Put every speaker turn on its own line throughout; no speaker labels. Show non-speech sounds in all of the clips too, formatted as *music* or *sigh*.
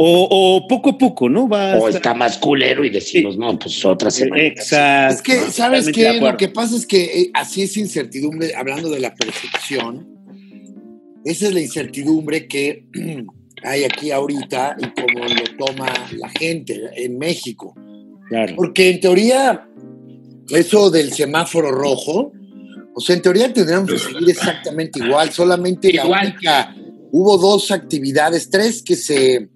O, o poco a poco, ¿no? Va
O está más culero y decimos,
Sí.
no, pues otra semana.
Exacto.
Es que, ¿sabes
Totalmente de
qué?
acuerdo.
Lo que pasa es que eh, así es incertidumbre, hablando de la percepción, esa es la incertidumbre que *clears throat* hay aquí ahorita y cómo lo toma la gente en México.
Claro.
Porque en teoría, eso del semáforo rojo, o sea, en teoría tendríamos que seguir exactamente igual, solamente la
Igual.
única- hubo dos actividades, tres que se,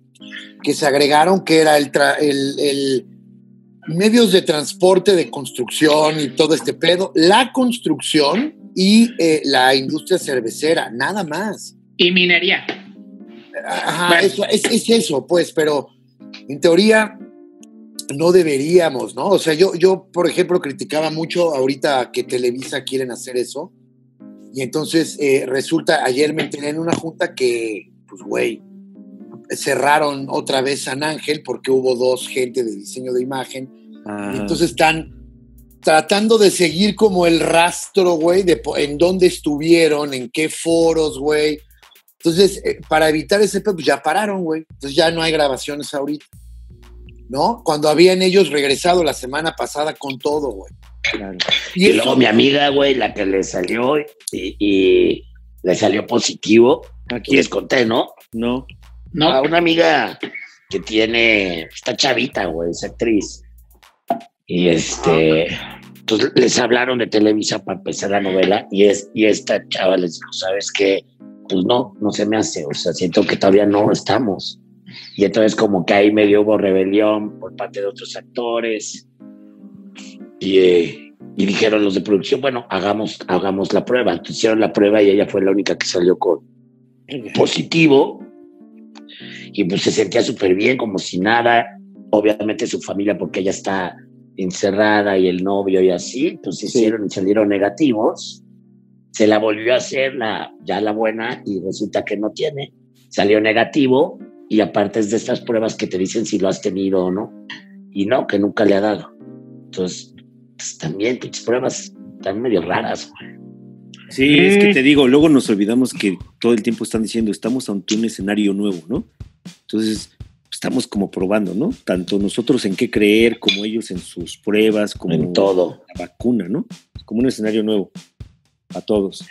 que se agregaron, que era el, tra- el- el medios de transporte de construcción y todo este pedo, la construcción y eh, la industria cervecera, nada más.
Y minería.
Ajá,
Bueno.
eso, es, es eso, pues, pero en teoría no deberíamos, ¿no? O sea, yo, yo, por ejemplo, criticaba mucho ahorita que Televisa quieren hacer eso. Y entonces eh, resulta, ayer me enteré en una junta que, pues, güey, cerraron otra vez San Ángel porque hubo dos gente de diseño de imagen
Ah,
y entonces están tratando de seguir como el rastro, güey, de po- en dónde estuvieron, en qué foros, güey. Entonces, eh, para evitar ese pedo, pues ya pararon, güey. Entonces ya no hay grabaciones ahorita. ¿No? Cuando habían ellos regresado la semana pasada con todo, güey.
claro.
Y,
eso-
luego mi amiga, güey, la que le salió y, y le salió positivo. Aquí
Aquí
les conté, ¿no?
No.
A
No,
una amiga que tiene, está chavita, güey, es actriz. Y este, entonces les hablaron de Televisa para empezar la novela y, es, y esta chava les dijo, ¿sabes qué? Pues no, no se me hace, o sea, siento que todavía no estamos. Y entonces como que ahí medio hubo rebelión por parte de otros actores. Y, eh, y dijeron los de producción, bueno, hagamos, hagamos la prueba. Entonces hicieron la prueba y ella fue la única que salió con pues, positivo y pues se sentía súper bien, como si nada. Obviamente su familia, porque ella está encerrada y el novio y así, pues hicieron y salieron negativos. Se la volvió a hacer la, ya la buena y resulta que no tiene. Salió negativo y aparte es de estas pruebas que te dicen si lo has tenido o no. Y no, que nunca le ha dado. Entonces, pues, también tus pruebas están medio raras. güey.
Sí, es
eh.
que te digo, luego nos olvidamos que todo el tiempo están diciendo, estamos ante un escenario nuevo, ¿no? Entonces, estamos como probando, ¿no? Tanto nosotros en qué creer, como ellos en sus pruebas, como
En todo.
la vacuna, ¿no? Como un escenario nuevo a todos.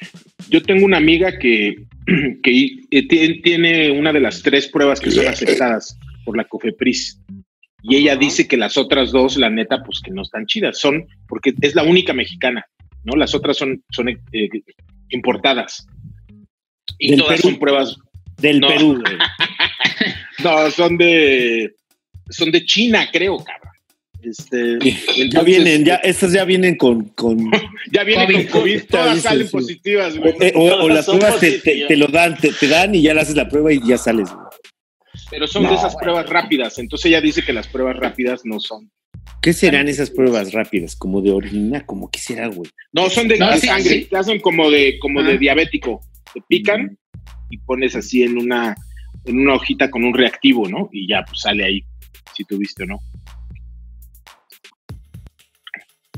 Yo tengo una amiga que, *clears throat* que eh, ti- tiene una de las tres pruebas que son aceptadas por la COFEPRIS. Y ella dice que las otras dos, la neta, pues que no están chidas. Son, porque es la única mexicana, ¿no? Las otras son, son eh, importadas. Y
Del
todas
Perú.
son pruebas.
Del
No.
Perú, güey.
No, son de. Son de China, creo, cabrón. Este,
*laughs* Ya
entonces,
vienen,
eh,
ya, estas ya vienen con, con
Ya vienen
COVID.
con COVID. Todas
Sí,
salen
sí.
positivas,
O,
güey.
eh, o- o las
Son
pruebas te, te,
positivas.
te lo dan, te, te dan y ya le haces la prueba y ya sales. güey.
Pero son de esas pruebas rápidas. Entonces ella dice que las pruebas rápidas no son.
¿Qué serán esas pruebas rápidas? Como de orina, como qué será, güey.
No, son de
No,
de
sí,
sangre.
sí.
Te hacen como de, como
Ah.
de diabético. Te pican y pones así en una, en una hojita con un reactivo, ¿no? Y ya pues sale ahí si tuviste o no.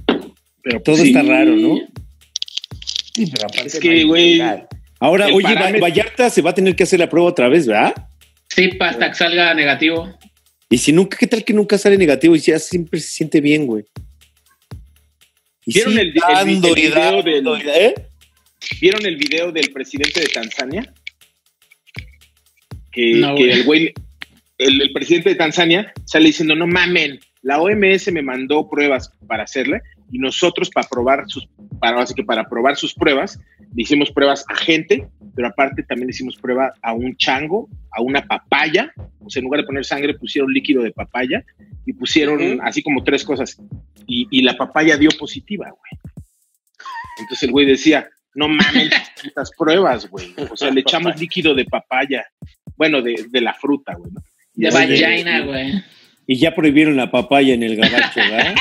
Pero pues,
Todo
sí.
está raro, ¿no?
Sí, pero aparte
Es que, güey,
Ahora,
El
oye, Va-
parámetro-
Vallarta se va a tener que hacer la prueba otra vez, ¿verdad?
sí, pa- hasta que salga negativo.
Y si nunca, ¿qué tal que nunca sale negativo y ya siempre se siente bien, güey? Y
¿Vieron el- el-
dando
el
y
video
dando
del-
y da- ¿eh?
¿Vieron el video del presidente de Tanzania? Que,
No,
que
güey.
el güey, el, el presidente de Tanzania sale diciendo, no mamen, la OMS me mandó pruebas para hacerle y nosotros para probar sus, para, así que para probar sus pruebas, le hicimos pruebas a gente, pero aparte también le hicimos prueba a un chango, a una papaya, o sea, en lugar de poner sangre pusieron líquido de papaya y pusieron así como tres cosas y, y la papaya dio positiva, güey. Entonces el güey decía, no mames estas pruebas, güey. O sea, le echamos líquido de papaya, bueno, de, de la fruta, güey. ¿no? Y
De
así
vagina, güey.
Y ya prohibieron la papaya en el gabacho, ¿verdad?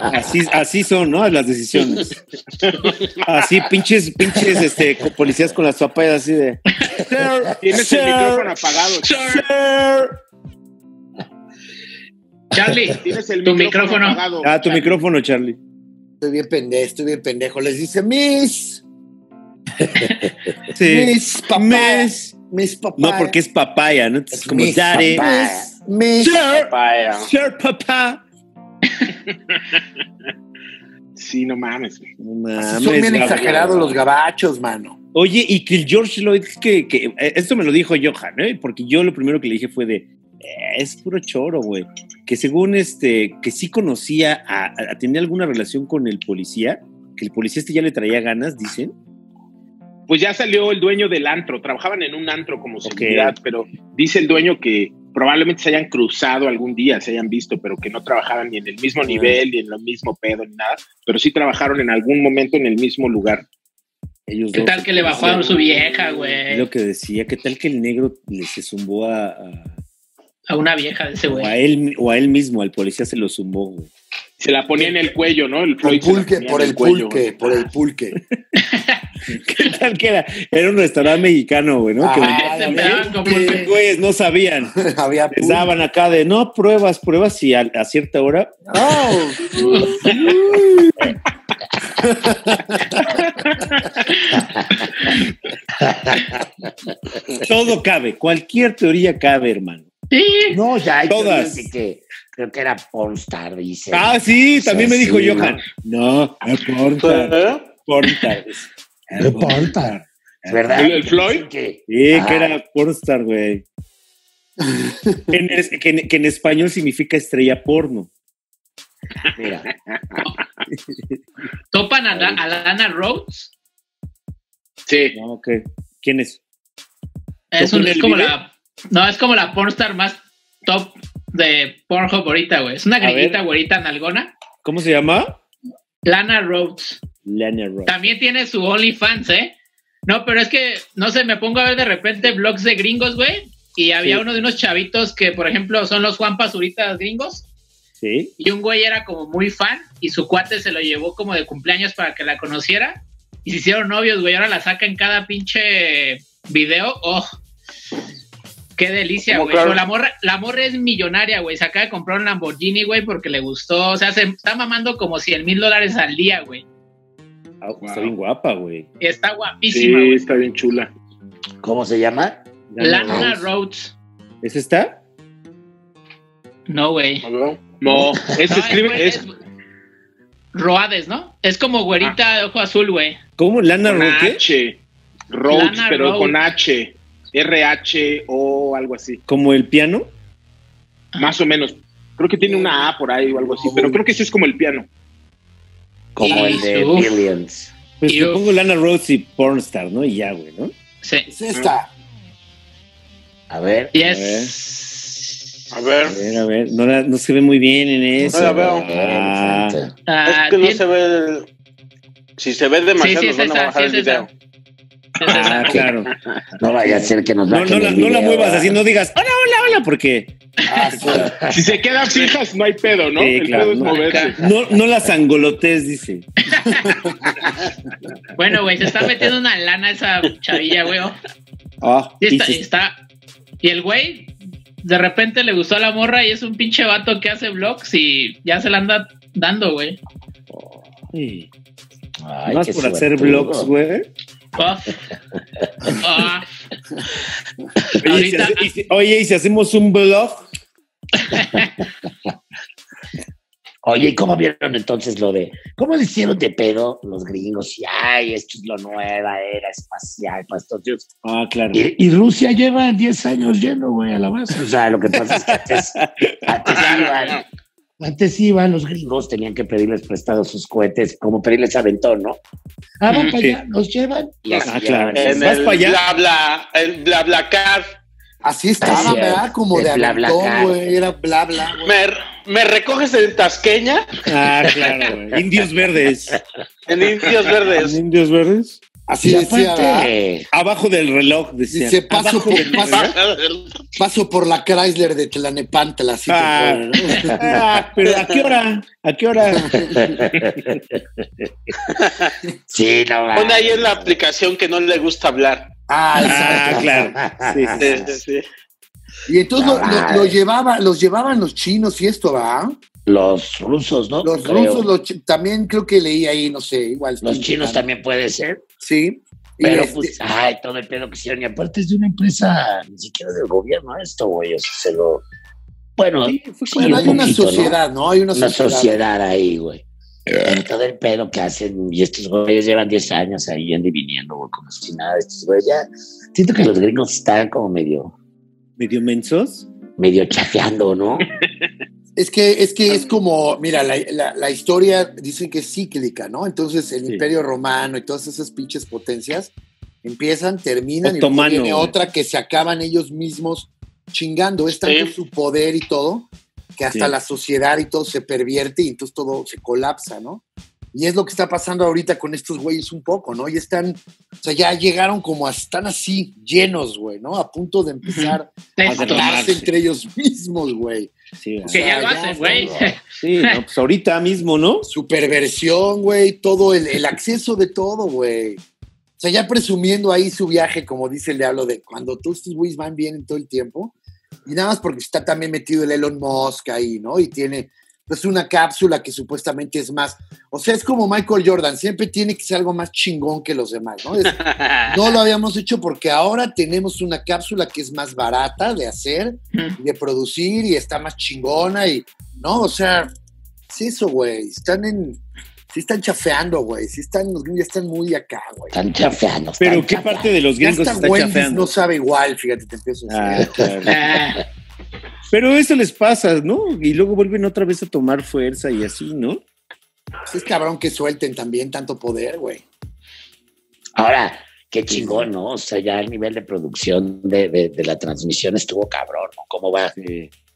Así, así son, ¿no? Las decisiones. Así, pinches, pinches, este, co- policías con las papayas así de. "Sir,
Tienes
sir,
el micrófono apagado, chico.
sir". *laughs*
Charlie,
Tienes el
Tu
micrófono,
micrófono.
apagado.
Ah, tu micrófono, Charlie.
Estoy bien pendejo, estoy bien pendejo. Les dice, Miss,
Sí.
Miss, papá,
Miss,
Miss Papaya.
No, porque es papaya, ¿no? Es como
Miss
daddy.
Papaya. Miss-
Sir,
Vaya.
sir, papá.
Sí, no mames. güey.
Ah, No
Son
mames,
bien
cabrón.
exagerados los gabachos, mano. *laughs*
Oye, y que el George Lloyd, que, que eh, esto me lo dijo Johan, ¿eh? porque yo lo primero que le dije fue de, "Eh, es puro choro, güey. Que según este, que sí conocía, a, a- a- tenía alguna relación con el policía, que el policía este ya le traía ganas, dicen.
Pues ya salió el dueño del antro. Trabajaban en un antro como seguridad, pero dice el dueño que probablemente se hayan cruzado algún día, se hayan visto, pero que no trabajaban ni en el
Ah.
mismo nivel, ni en lo mismo pedo, ni nada. Pero sí trabajaron en algún momento en el mismo lugar.
Ellos
¿Qué
dos.
tal que le bajó a su vieja, güey?
Lo que decía, ¿qué tal que el negro le se zumbó a, a-
A una vieja de ese
o a
güey.
él o a él mismo, al policía se lo zumbó, güey? *laughs*
Se la ponía en el cuello, ¿no? El
Por el
Floyd
pulque,
se la ponía
por
en
el
cuello.
pulque, por el pulque.
¿Qué tal que era? Era un restaurante mexicano, güey, ¿no? Que
Ajá.
vendía-
Ah, se empezaban con
Pulque.
Los
pulque.
güeyes no sabían.
Había
Les
pulque.
daban acá de, no, pruebas, pruebas, y a, a cierta hora
Oh,
todo cabe. Cualquier teoría cabe, hermano.
Sí.
No, ya hay
Todas.
teorías de que creo que era Pornstar, dice.
Ah, sí,
Sí,
también me
sí,
dijo
¿no?
Johan. No, no porta,
¿Eh?
porta.
No importa.
Es ¿Verdad?
¿El- el Floyd?
Dicen que-
Sí,
Ajá.
que era pornstar, güey. Que en, es- que en- que en español significa estrella porno.
Mira,
¿Topan a, La- a Lana Rhodes?
Sí.
No, ok. ¿Quién es?
Es,
¿Topan
un- es
el
como
video?
la. No, es como la pornstar más top de Pornhub ahorita, güey. Es una
ver.
grillita güerita nalgona.
¿Cómo se llama?
Lana Rhodes.
Lana Ross.
También tiene su OnlyFans, ¿eh? No, pero es que, no sé, me pongo a ver de repente blogs de gringos, güey. Y había
Sí.
uno de unos chavitos que, por ejemplo, son los Juan Pasuritas gringos.
Sí.
Y un güey era como muy fan y su cuate se lo llevó como de cumpleaños para que la conociera. Y se hicieron novios, güey. Ahora la saca en cada pinche video. ¡Oh! ¡Qué delicia,
Como
güey!
claro.
Pero La, morra, la morra es millonaria, güey. Se acaba de comprar un Lamborghini, güey, porque le gustó. O sea, se está mamando como 100 mil dólares al día, güey.
Ah, Está
Wow.
bien guapa, güey.
Y está
Sí,
guapísima, güey.
está bien chula.
¿cómo se llama?
Lana
Ross.
Rhodes.
¿Es esta?
No, güey.
No, es,
No,
escribe, es,
Roades, ¿no? Es como güerita de ojo azul, güey.
¿Cómo? ¿Lana
con
Roque?
H. Roach,
Lana
pero
Roach.
con H. RH o algo así.
¿Como el piano?
Más o menos. Creo que tiene una A por ahí o algo así, pero creo que sí es como el piano.
Como el de
Uf.
Billions.
Pues le
Yo-
pongo Lana Rhodes y pornstar, ¿no? Y ya, güey, ¿no?
Sí.
es esta.
A ver.
Y
es-
es.
A
A
ver,
ver, a ver. No, la- no se ve muy bien en eso.
la veo.
Ah.
Exacto.
es que no se ve. el- Si se ve demasiado,
sí, es
nos van a
esa,
bajar
sí,
el
es esa.
video.
Ah, claro.
No vaya a ser que nos
No,
bajen
no, la,
el
no la
video,
muevas
¿verdad?
así, no digas hola, hola, hola, porque *laughs*
Ah, sí.
Si se quedan fijas, no hay pedo, ¿no?
Sí,
el
claro,
pedo es
no.
moverse.
no, no las angolotes, dice.
Bueno, güey, se está metiendo una lana esa chavilla, güey. oh.
Ah,
Y
y
está,
se-
y está- y el güey, de repente le gustó a la morra y es un pinche vato que hace vlogs y ya se la anda dando, güey.
Ay,
Ay,
más
qué
por hacer
suertudo.
vlogs, güey.
Oh. Ah.
Oye, y si
Ahorita-
hace- y si- Oye, ¿y si hacemos un vlog?
Oye, ¿y cómo vieron entonces lo de.? ¿Cómo le hicieron de pedo los gringos? Y, ay, esto es lo nueva, era espacial, pastor Dios.
Ah, claro.
Y, y Rusia lleva 10 años yendo, güey, a la base. O sea, lo que pasa es que antes,
*laughs*
antes iban. Antes iban los gringos, tenían que pedirles prestados sus cohetes, como pedirles aventón, ¿no? Ah, van para
Sí.
allá, los llevan. Y así
Ah, claro.
llevan.
En
¿Vas
el
pa' allá?
bla bla, el bla bla car.
Así estaba,
Así es.
¿verdad? Como de
Es bla, bla,
aventón,
bla.
güey. Era bla, bla, güey.
¿Me, me recoges en Tasqueña,
Ah, claro, güey. Indios verdes.
*laughs*
en Indios Verdes.
Indios verdes.
Así
Y
decía, ¿verdad?
aparte,
Abajo del reloj, decía.
Dice, paso
Abajo
por
del
paso.
reloj.
Ah.
Paso por la Chrysler de Tlanepantla, así te
Ah.
ponen, ¿no?
Ah, pero ¿a qué hora? ¿A qué hora?
sí, no
Pon ahí en la
mames.
aplicación que no le gusta hablar.
Ah, Este,
Ah,
exacto.
claro.
*laughs*
Sí, sí.
Sí, sí, sí.
Y entonces lo, lo-
Ay.
lo llevaba, los llevaban los chinos y esto, ¿verdad?
Los rusos, ¿no?
Los
Creo.
rusos, los chi- también creo que leí ahí, no sé, igual.
Los
están
chinos
checando.
también puede ser.
Sí. Y
Pero
este-
pues, ay, todo el pedo que hicieron. Y aparte es de una empresa ni siquiera del gobierno esto, güey. O sea, se lo. Bueno,
Sí, fue
sí,
como-
Bueno, hay una
poquito, ¿no?
sociedad, ¿no? Hay una
una
sociedad.
sociedad ahí, güey.
Eh,
Pero todo el pedo que hacen, y estos güeyes llevan 10 años ahí yendo y viniendo, güey, como si nada. Estos güeyes ya. Siento que los gringos están como medio,
medio mensos.
medio chafeando, ¿no?
Es que es que es como, mira, la, la- la historia dicen que es cíclica, ¿no? Entonces el
Sí.
Imperio Romano y todas esas pinches potencias empiezan, terminan
Otomano.
y luego viene otra que se acaban ellos mismos chingando. Es tanto
Sí.
su poder y todo que hasta
Sí.
la sociedad y todo se pervierte y entonces todo se colapsa, ¿no? Y es lo que está pasando ahorita con estos güeyes un poco, ¿no? Y están, o sea, ya llegaron como, a- están así llenos, güey, ¿no? A punto de empezar a
Exacto.
matarse entre ellos mismos, güey.
Sí,
O
Que
sea,
ya lo
ya
hacen,
está,
güey.
bro.
sí, no, pues ahorita mismo, ¿no?
su perversión, güey, todo el, el acceso de todo, güey. O sea, ya presumiendo ahí su viaje, como dice el diablo, de cuando todos estos güeyes van bien en todo el tiempo, y nada más porque está también metido el Elon Musk ahí, ¿no? Y tiene, pues, una cápsula que supuestamente es más. O sea, es como Michael Jordan, siempre tiene que ser algo más chingón que los demás, ¿no? Es- no lo habíamos hecho porque ahora tenemos una cápsula que es más barata de hacer,
Ujú.
y de producir y está más chingona y no, o sea, es eso, güey. Están en sí están chafeando, güey. Sí están los gringos ya están muy acá, güey.
Están chafeando. están
Pero ¿qué
chafeando.
parte de los
Ya
gringos
hasta
está
Wendy's
chafeando?
no sabe igual, fíjate, te empiezo a
Ah,
decir.
claro.
*laughs* Ah,
Pero eso les pasa, ¿no? Y luego vuelven otra vez a tomar fuerza y así, ¿no?
Sí, Es cabrón que suelten también tanto poder, güey.
Ahora, qué chingón, ¿no? O sea, ya el nivel de producción de, de- de la transmisión estuvo cabrón, ¿no? ¿Cómo va,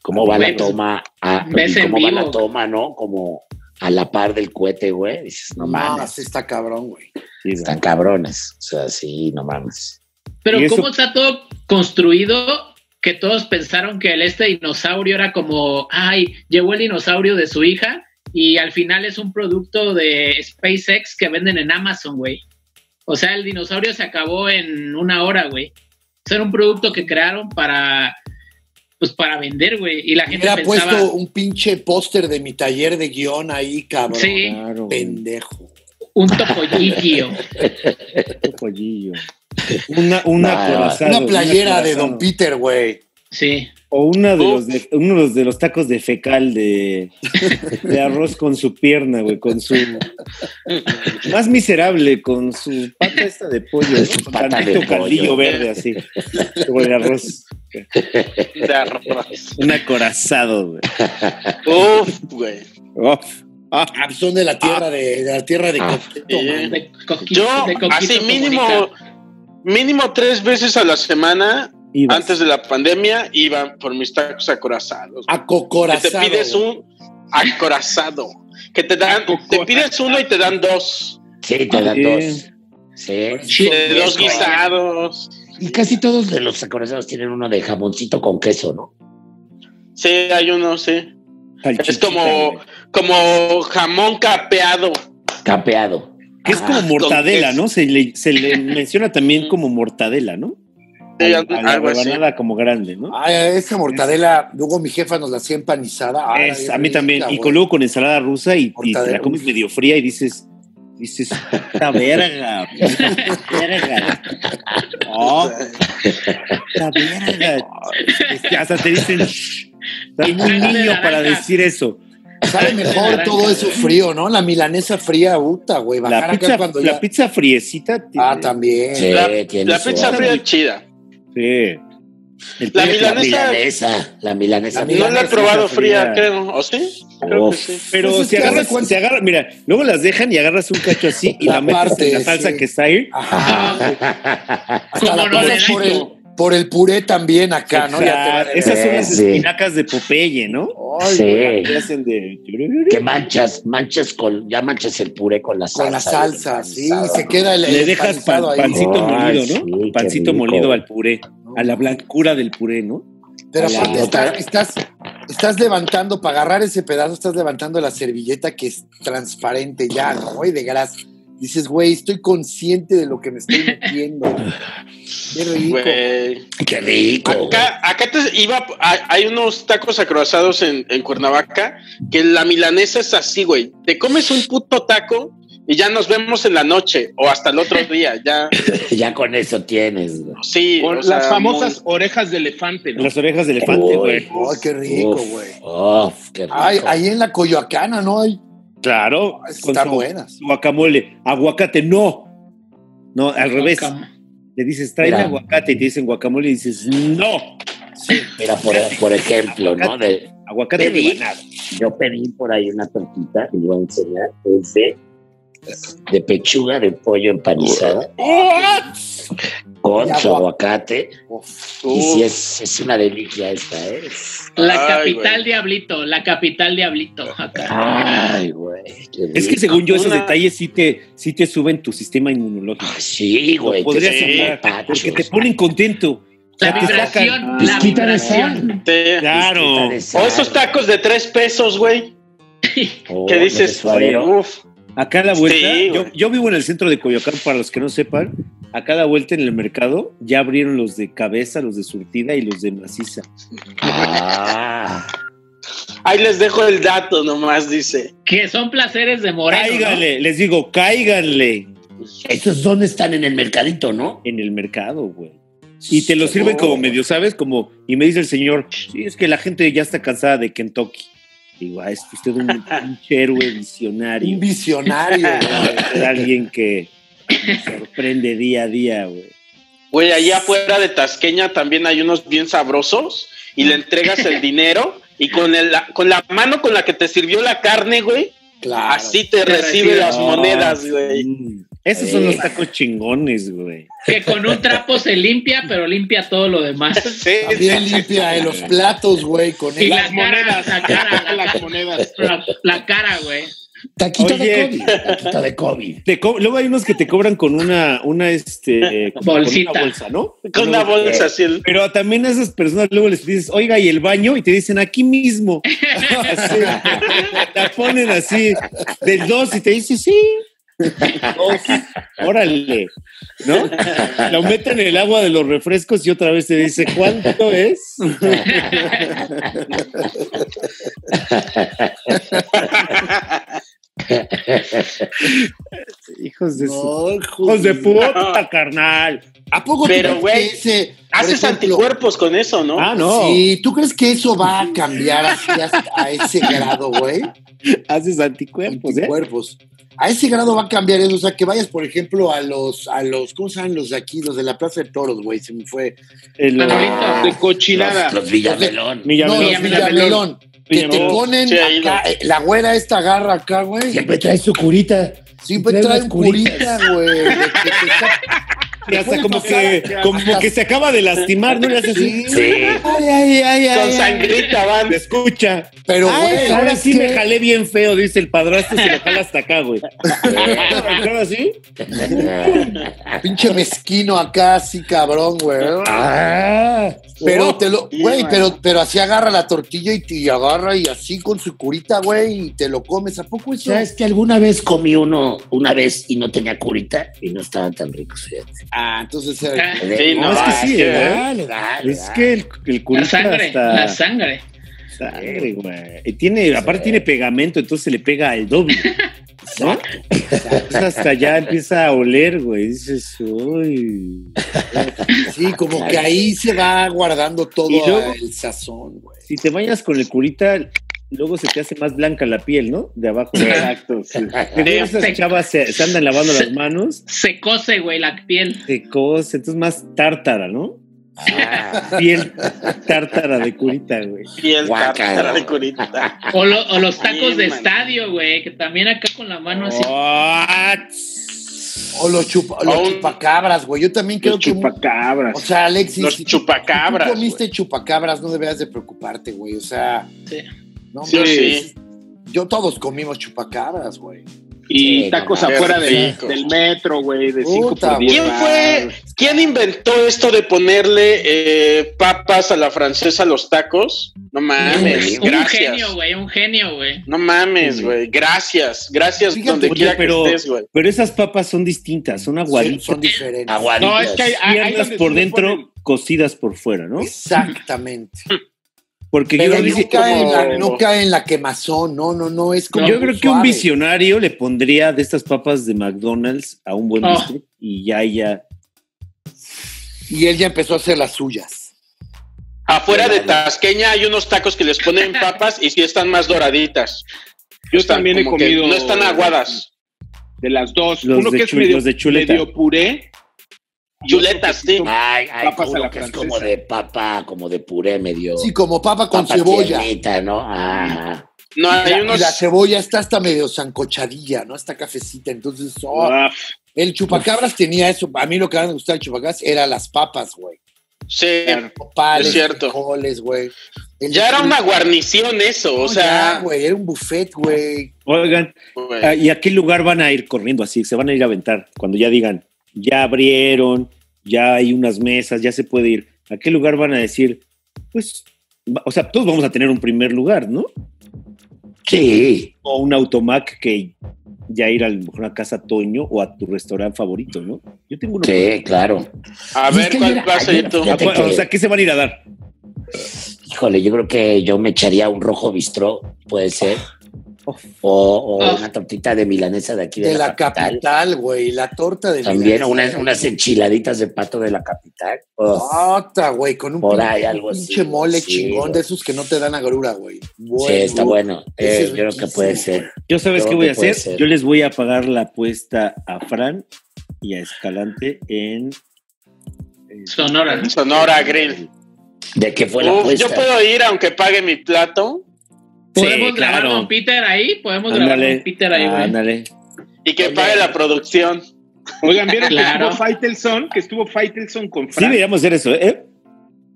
cómo va la
Ves-
toma? A,
ves
y
en
¿Cómo va
vivo.
la toma, no? Como a la par del cohete, güey. Dices, no
Ah,
No,
mames,
sí está cabrón, güey.
Sí,
están cabrones. O sea, sí, no mames.
Y
Pero
eso-
cómo está todo construido que todos pensaron que el este dinosaurio era como, ay, llegó el dinosaurio de su hija y al final es un producto de SpaceX que venden en Amazon, güey. O sea, el dinosaurio se acabó en una hora, güey. Eso era un producto que crearon para, pues para vender, güey. Y la gente
Hubiera
pensaba,
puesto un pinche póster de mi taller de guión ahí, cabrón.
Sí.
Claro, güey,
Pendejo.
un
*laughs*
topollillo.
un pollillo. Una, una
Nah,
acorazado,
Una playera de
acorazado.
Don Peter, güey.
sí.
O una
Oh.
de los de, uno de los tacos de fecal de, de arroz con su pierna, güey, con su más miserable, con su pata esta de pollo,
Con
¿no?
su
con
pata
tantito
de pollo.
caldillo verde así, sobre el arroz,
*laughs*
De arroz.
un acorazado, güey.
Uf, güey.
Oh,
Ah, pues son de la tierra de, de la tierra de
Ah,
Coquito,
sí.
man.
De coquito,
Yo,
de coquito
así
como
mínimo,
ahorita.
mínimo tres veces a la semana,
ibas.
antes de la pandemia, iba por mis tacos acorazados. Que te
acocorazado.
pides
güey.
un acorazado. Que te dan, te pides uno y te dan dos.
Sí, te dan
Sí.
dos. Sí.
Sí,
De
Eso,
dos
güey.
guisados.
Y casi todos de los acorazados tienen uno de jamoncito con queso, ¿no?
Sí, hay uno, sí.
salchichita,
Es como,
güey.
como jamón capeado.
Campeado.
que es como
Ah,
mortadela,
con
¿no? Se le, se le menciona también como mortadela, ¿no?
Sí,
A la
algo así.
rebanada como grande, ¿no?
Ay, esa mortadela, luego mi jefa nos la hacía empanizada. Ay,
Es,
bien
a mí
rica,
también. Y
güey.
con, luego con ensalada rusa y, y te
Mortadela.
la comes medio fría y dices, dices, esta verga,
*laughs*
puta verga. Oh, puta verga. Este, Hasta te dicen, "Shh, estás muy
Grande
niño
naranja.
para decir eso.
Sabe mejor
Naranja,
todo eso
güey.
frío, ¿no? La milanesa fría, puta, güey.
La
Bajar acá
pizza,
cuando
la
ya-
pizza friecita. tiene-
Ah, también.
Sí,
La-
tiene
La
su-
pizza fría es chida.
Sí. El
La
pollo-
La
milanesa-
milanesa. La milanesa.
La
No la he
milanesa
probado fría,
fría.
creo. ¿O sí? Creo que
Uf.
sí.
Pero
Entonces,
si
¿te das
agarras,
cuenta?
si agarras, mira, luego las dejan y agarras un cacho así y
La
la, metes
parte,
en la salsa
sí.
que está ahí.
Ajá. *laughs* Hasta
Ah, Como
la
no
pasas
le
por
dijo.
el, por el puré también acá, ¿no? Ya te va
Exacto.
de-
Esas son las
Sí.
espinacas de Popeye, ¿no?
Ay,
Sí.
güey,
Que hacen de.
Que manchas, manchas con, ya manchas el puré con la salsa.
Con la salsa,
del
sí.
empanizado,
Se
¿no?
queda el
Le
el
dejas pan-
empanizado ahí.
pancito
Ay,
molido, ¿no?
sí, qué
pancito
rico.
molido al puré, a la blancura del puré, ¿no?
Pero
A la
aparte
otra.
estás, estás, estás levantando, para agarrar ese pedazo, estás levantando la servilleta que es transparente ya, ¿no, güey? De grasa. Dices, güey, estoy consciente de lo que me estoy metiendo. Qué rico.
Güey.
Qué rico. güey.
Acá, acá te iba, hay, hay unos tacos acroasados en, en Cuernavaca que la milanesa es así, güey. Te comes un puto taco y ya nos vemos en la noche o hasta el otro día. Ya,
*laughs* ya con eso tienes, güey.
sí.
O
o
las
sea,
famosas
muy-
orejas de elefante, ¿no?
Las orejas de elefante, güey.
Ay, qué rico,
Uf,
güey.
Uf, qué rico.
Ay, ahí en la Coyoacana, ¿no? Ay,
Claro.
Ah,
con
están
su-
buenas.
su Guacamole. Aguacate, no. No, al revés.
Guacam-
Le dices, tráeme
Mira.
aguacate y te dicen guacamole y dices, no.
Mira, por, por ejemplo, ¿no?
*laughs*
De-
Aguacate
Pedí.
rebanado.
yo pedí por ahí una tortita, y voy a enseñar, es de, de pechuga de pollo empanizada Ah,
¡Oh!
con
Y
su
agua-
aguacate. Y
Uf.
sí, es, es una delicia esta, ¿eh?
La
Ay,
capital
güey.
diablito, la capital diablito.
Ah,
Acá.
Ay, güey. qué
Es que
rico.
según yo, esos
Una-
detalles sí te, sí te suben tu sistema inmunológico.
Ah, Sí, güey.
Podrías
que son
hablar,
papachos.
Porque te ponen contento.
La
Ya te
vibración,
sacan.
la
Pues quítale
vibración.
Te-
Claro.
O esos tacos de tres pesos, güey.
Oh,
Que dices,
los de suadero.
uff,
Acá a la vuelta,
Sí, güey.
yo, yo vivo en el centro de Coyoacán, para los que no sepan, a cada vuelta en el mercado ya abrieron los de cabeza, los de surtida y los de maciza.
Ah,
ahí les dejo el dato nomás, dice.
Que son placeres de moreno. ¿no?
cáiganle, les digo, cáiganle
esos dónde están en el mercadito, ¿no?
en el mercado, güey. Y te lo sirven como medio, ¿sabes? Como, y me dice el señor, sí, es que la gente ya está cansada de Kentucky. Digo, ah, es que usted es
*laughs*
un pinche héroe visionario.
*laughs*
Un visionario, güey.
Es alguien que me sorprende día a día, güey.
Güey, allá afuera de Tasqueña también hay unos bien sabrosos y le entregas
*laughs*
el dinero y con, el, la- con la mano con la que te sirvió la carne, güey,
Claro.
así te,
Te
recibe
recibe.
las monedas, güey.
Mm. Esos son los
Eh.
tacos chingones, güey.
Que con un trapo se limpia, pero limpia todo lo demás.
*laughs* Sí,
También limpia eh, los platos, güey, con
Y
el
las monedas, la cara, la,
Las
ca-
monedas.
la- la cara, güey.
Taquito
Oye.
de COVID. Taquito de COVID.
Te co- luego hay unos que te cobran con una, una este, con-
Bolsita.
Con una bolsa, ¿no?
con una bolsa así. el-
Pero también a esas personas luego les dices, oiga, ¿y el baño? Y te dicen, aquí mismo. Así. La ponen así, del dos, y te dicen, sí. Dos, órale, ¿no? Lo meten en el agua de los refrescos y otra vez te dice, ¿cuánto es? Hijos de su...
No,
Hijos de
joder.
puta, carnal.
¿A poco tú
Pero,
crees
güey,
que ese, por
Haces
ejemplo,
anticuerpos con eso, ¿no?
Ah, no.
Sí, ¿tú crees que eso va a cambiar así hasta a ese grado, güey?
Haces anticuerpos, ¿eh?
Anticuerpos. A ese grado va a cambiar eso. O sea, que vayas, por ejemplo, a los, a los, ¿cómo se llaman los de aquí? Los de la Plaza de Toros, güey. Se me fue.
Eh, lo-
Manolito.
De cochinada.
Los, los Villamelón.
No, los
Villamelón.
Villamelón.
Villamelón. Que te
Villamelón.
ponen
Sí, ahí
acá, eh, la güera esta agarra acá, güey.
Siempre trae su curita.
Siempre
trae
trae
unas
un
curitas.
curita, güey. de que te está-
Y hasta
Puede
como
pasar,
que, como que se acaba de lastimar, ¿no? Le hace así.
Sí.
*laughs*
*laughs*
Ay, ay, ay, ay,
Con
ay.
sangrita van.
Se escucha.
Pero,
Ay,
güey,
ahora
¿sabes
sí
qué?
me jalé bien feo, dice el padrastro, se lo jala hasta acá, güey. Ahora sí.
pinche mezquino acá, así cabrón, güey.
Ah,
Pero
Oh,
te lo,
sí,
güey,
man.
pero, pero así agarra la tortilla y, te- y agarra y así con su curita, güey, y te lo comes. ¿A poco eso?
¿Sabes que alguna vez comí uno, una vez y no tenía curita y no estaban tan ricos? fíjate?
Ah, entonces era-
Sí,
No, es que sí,
qué-
¿verdad?
Le da, le
Es
da.
que el, el
La
curita
sangre,
hasta
la sangre.
sangre, güey. Y Tiene, aparte tiene pegamento, entonces se le pega el doble. ¿no? Entonces hasta ya empieza a oler, güey. Dices, uy.
sí, como que ahí se va guardando todo
Y luego-
el sazón, güey.
Si te bañas con el curita, luego se te hace más blanca la piel, ¿no? De abajo. Exacto, sí. esas chavas se, se andan lavando las manos,
Se cose, güey, la piel.
se cose, entonces más tártara, ¿no?
Ah,
Piel tártara de curita, güey.
Piel
Guácala.
tártara de
Ah,
curita.
O, lo- o los tacos
Sí,
de
man.
estadio, güey, que también acá con la mano así.
Ah,
O los, chupa- los
O un-
chupacabras, güey. Yo también creo
Los
que. mu-
chupacabras.
O sea, Alexis.
Los
si tú-
chupacabras.
Tú comiste chupacabras, no deberías de preocuparte, güey. O sea.
Sí.
No,
Sí,
mames.
sí.
Yo todos comimos chupacabras, güey.
Y
Sí,
tacos
no,
qué
afuera del,
rico.
del metro, güey, de 5
Puta,
por
güey.
10.
¿Quién fue? ¿Quién inventó esto de ponerle eh, papas a la francesa a los tacos? No mames,
Sí,
Un
gracias.
genio, güey, un genio, güey.
No mames, güey. Gracias, gracias
Fíjate,
donde
oye,
quiera que
pero-
estés, güey.
Pero esas papas son distintas, son
Son,
aguaditas.
son diferentes.
aguaditas.
No, es que hay, hay- hay
Tiernas
Ah, donde
por
sí le
dentro,
ponen-
cocidas por fuera, ¿no?
Exactamente.
Porque yo,
Pero
creo que-
no cae, en la, no cae en la quemazón, no, no, no, es como.
pues,
yo creo que un
suave.
visionario le pondría de estas papas de McDonald's a un buen
Ah.
bistec y ya, ya.
Y él ya empezó a hacer las suyas.
Afuera de Tasqueña hay unos tacos que les ponen papas y sí están más doraditas.
Yo
Están
también he
como que
comido.
No están aguadas.
De las dos.
Los
Uno
de
que es
chu-
medio,
los de chuleta.
medio puré. y otro
Chuletas,
que
sí.
Ay, ay,
Papas a
uno
la
que es
francesa.
como de papa, como de puré medio.
Sí, como papa con
papa
cebolla.
tiernita, ¿no? Ah,
No,
Y
hay
la,
unos.
y la cebolla está hasta medio zancochadilla, ¿no? Está cafecita. Entonces, oh,
Ah,
el chupacabras tenía eso. A mí lo que más me gustaba del chupacabras era las papas, güey.
sí.
claro.
Pales,
Es cierto.
frijoles, güey. El-
Ya era una guarnición eso,
No,
o
ya,
sea.
güey, era un buffet, güey.
Oigan,
güey.
¿a- Ah, ¿y a qué lugar van a ir corriendo así? Se van a ir a aventar cuando ya digan, ya abrieron, ya hay unas mesas, ya se puede ir. ¿A qué lugar van a decir? Pues, va- o sea, todos vamos a tener un primer lugar, ¿no?
sí.
O un automac que ya ir a lo mejor a casa Toño o a tu restaurante favorito, ¿no? Yo tengo uno.
Sí, claro.
A
Y es
ver
que
cuál
mira,
va a ser
ayer-
tú.
¿A
fíjate
cuál-
que-
o sea, ¿qué se van a ir a dar?
Híjole, yo creo que yo me echaría un rojo bistró, puede ser. O,
Ah.
o una tortita de milanesa de aquí de,
De la
capital.
capital, güey. La torta de
También
milanesa.
unas, unas enchiladitas de pato de la capital. Uf.
Torta, güey, con Ah, un
Por
pinche-
ahí, algo así,
pinche mole
sí,
chingón
güey.
de esos que no te dan agrura, güey.
sí, está bueno.
ese
Eh,
es
yo creo que puede
riquísimo,
ser.
Yo sabes
Yo
qué voy
que
a
puede
hacer.
ser.
Yo les voy a pagar la apuesta a Fran y a Escalante en.
Sonora.
Sonora Grill.
¿De qué fue la
Uf,
apuesta?
yo puedo ir aunque pague mi plato
¿Podemos
Sí,
grabar
claro.
con Peter ahí? ¿Podemos grabar
Ándale.
con Peter ahí, güey?
Ándale.
y que pague la producción.
*laughs* Oigan, ¿vieron
Claro.
que estuvo Faitelson? Que estuvo Faitelson con
Sí,
Fran.
deberíamos hacer eso, ¿eh?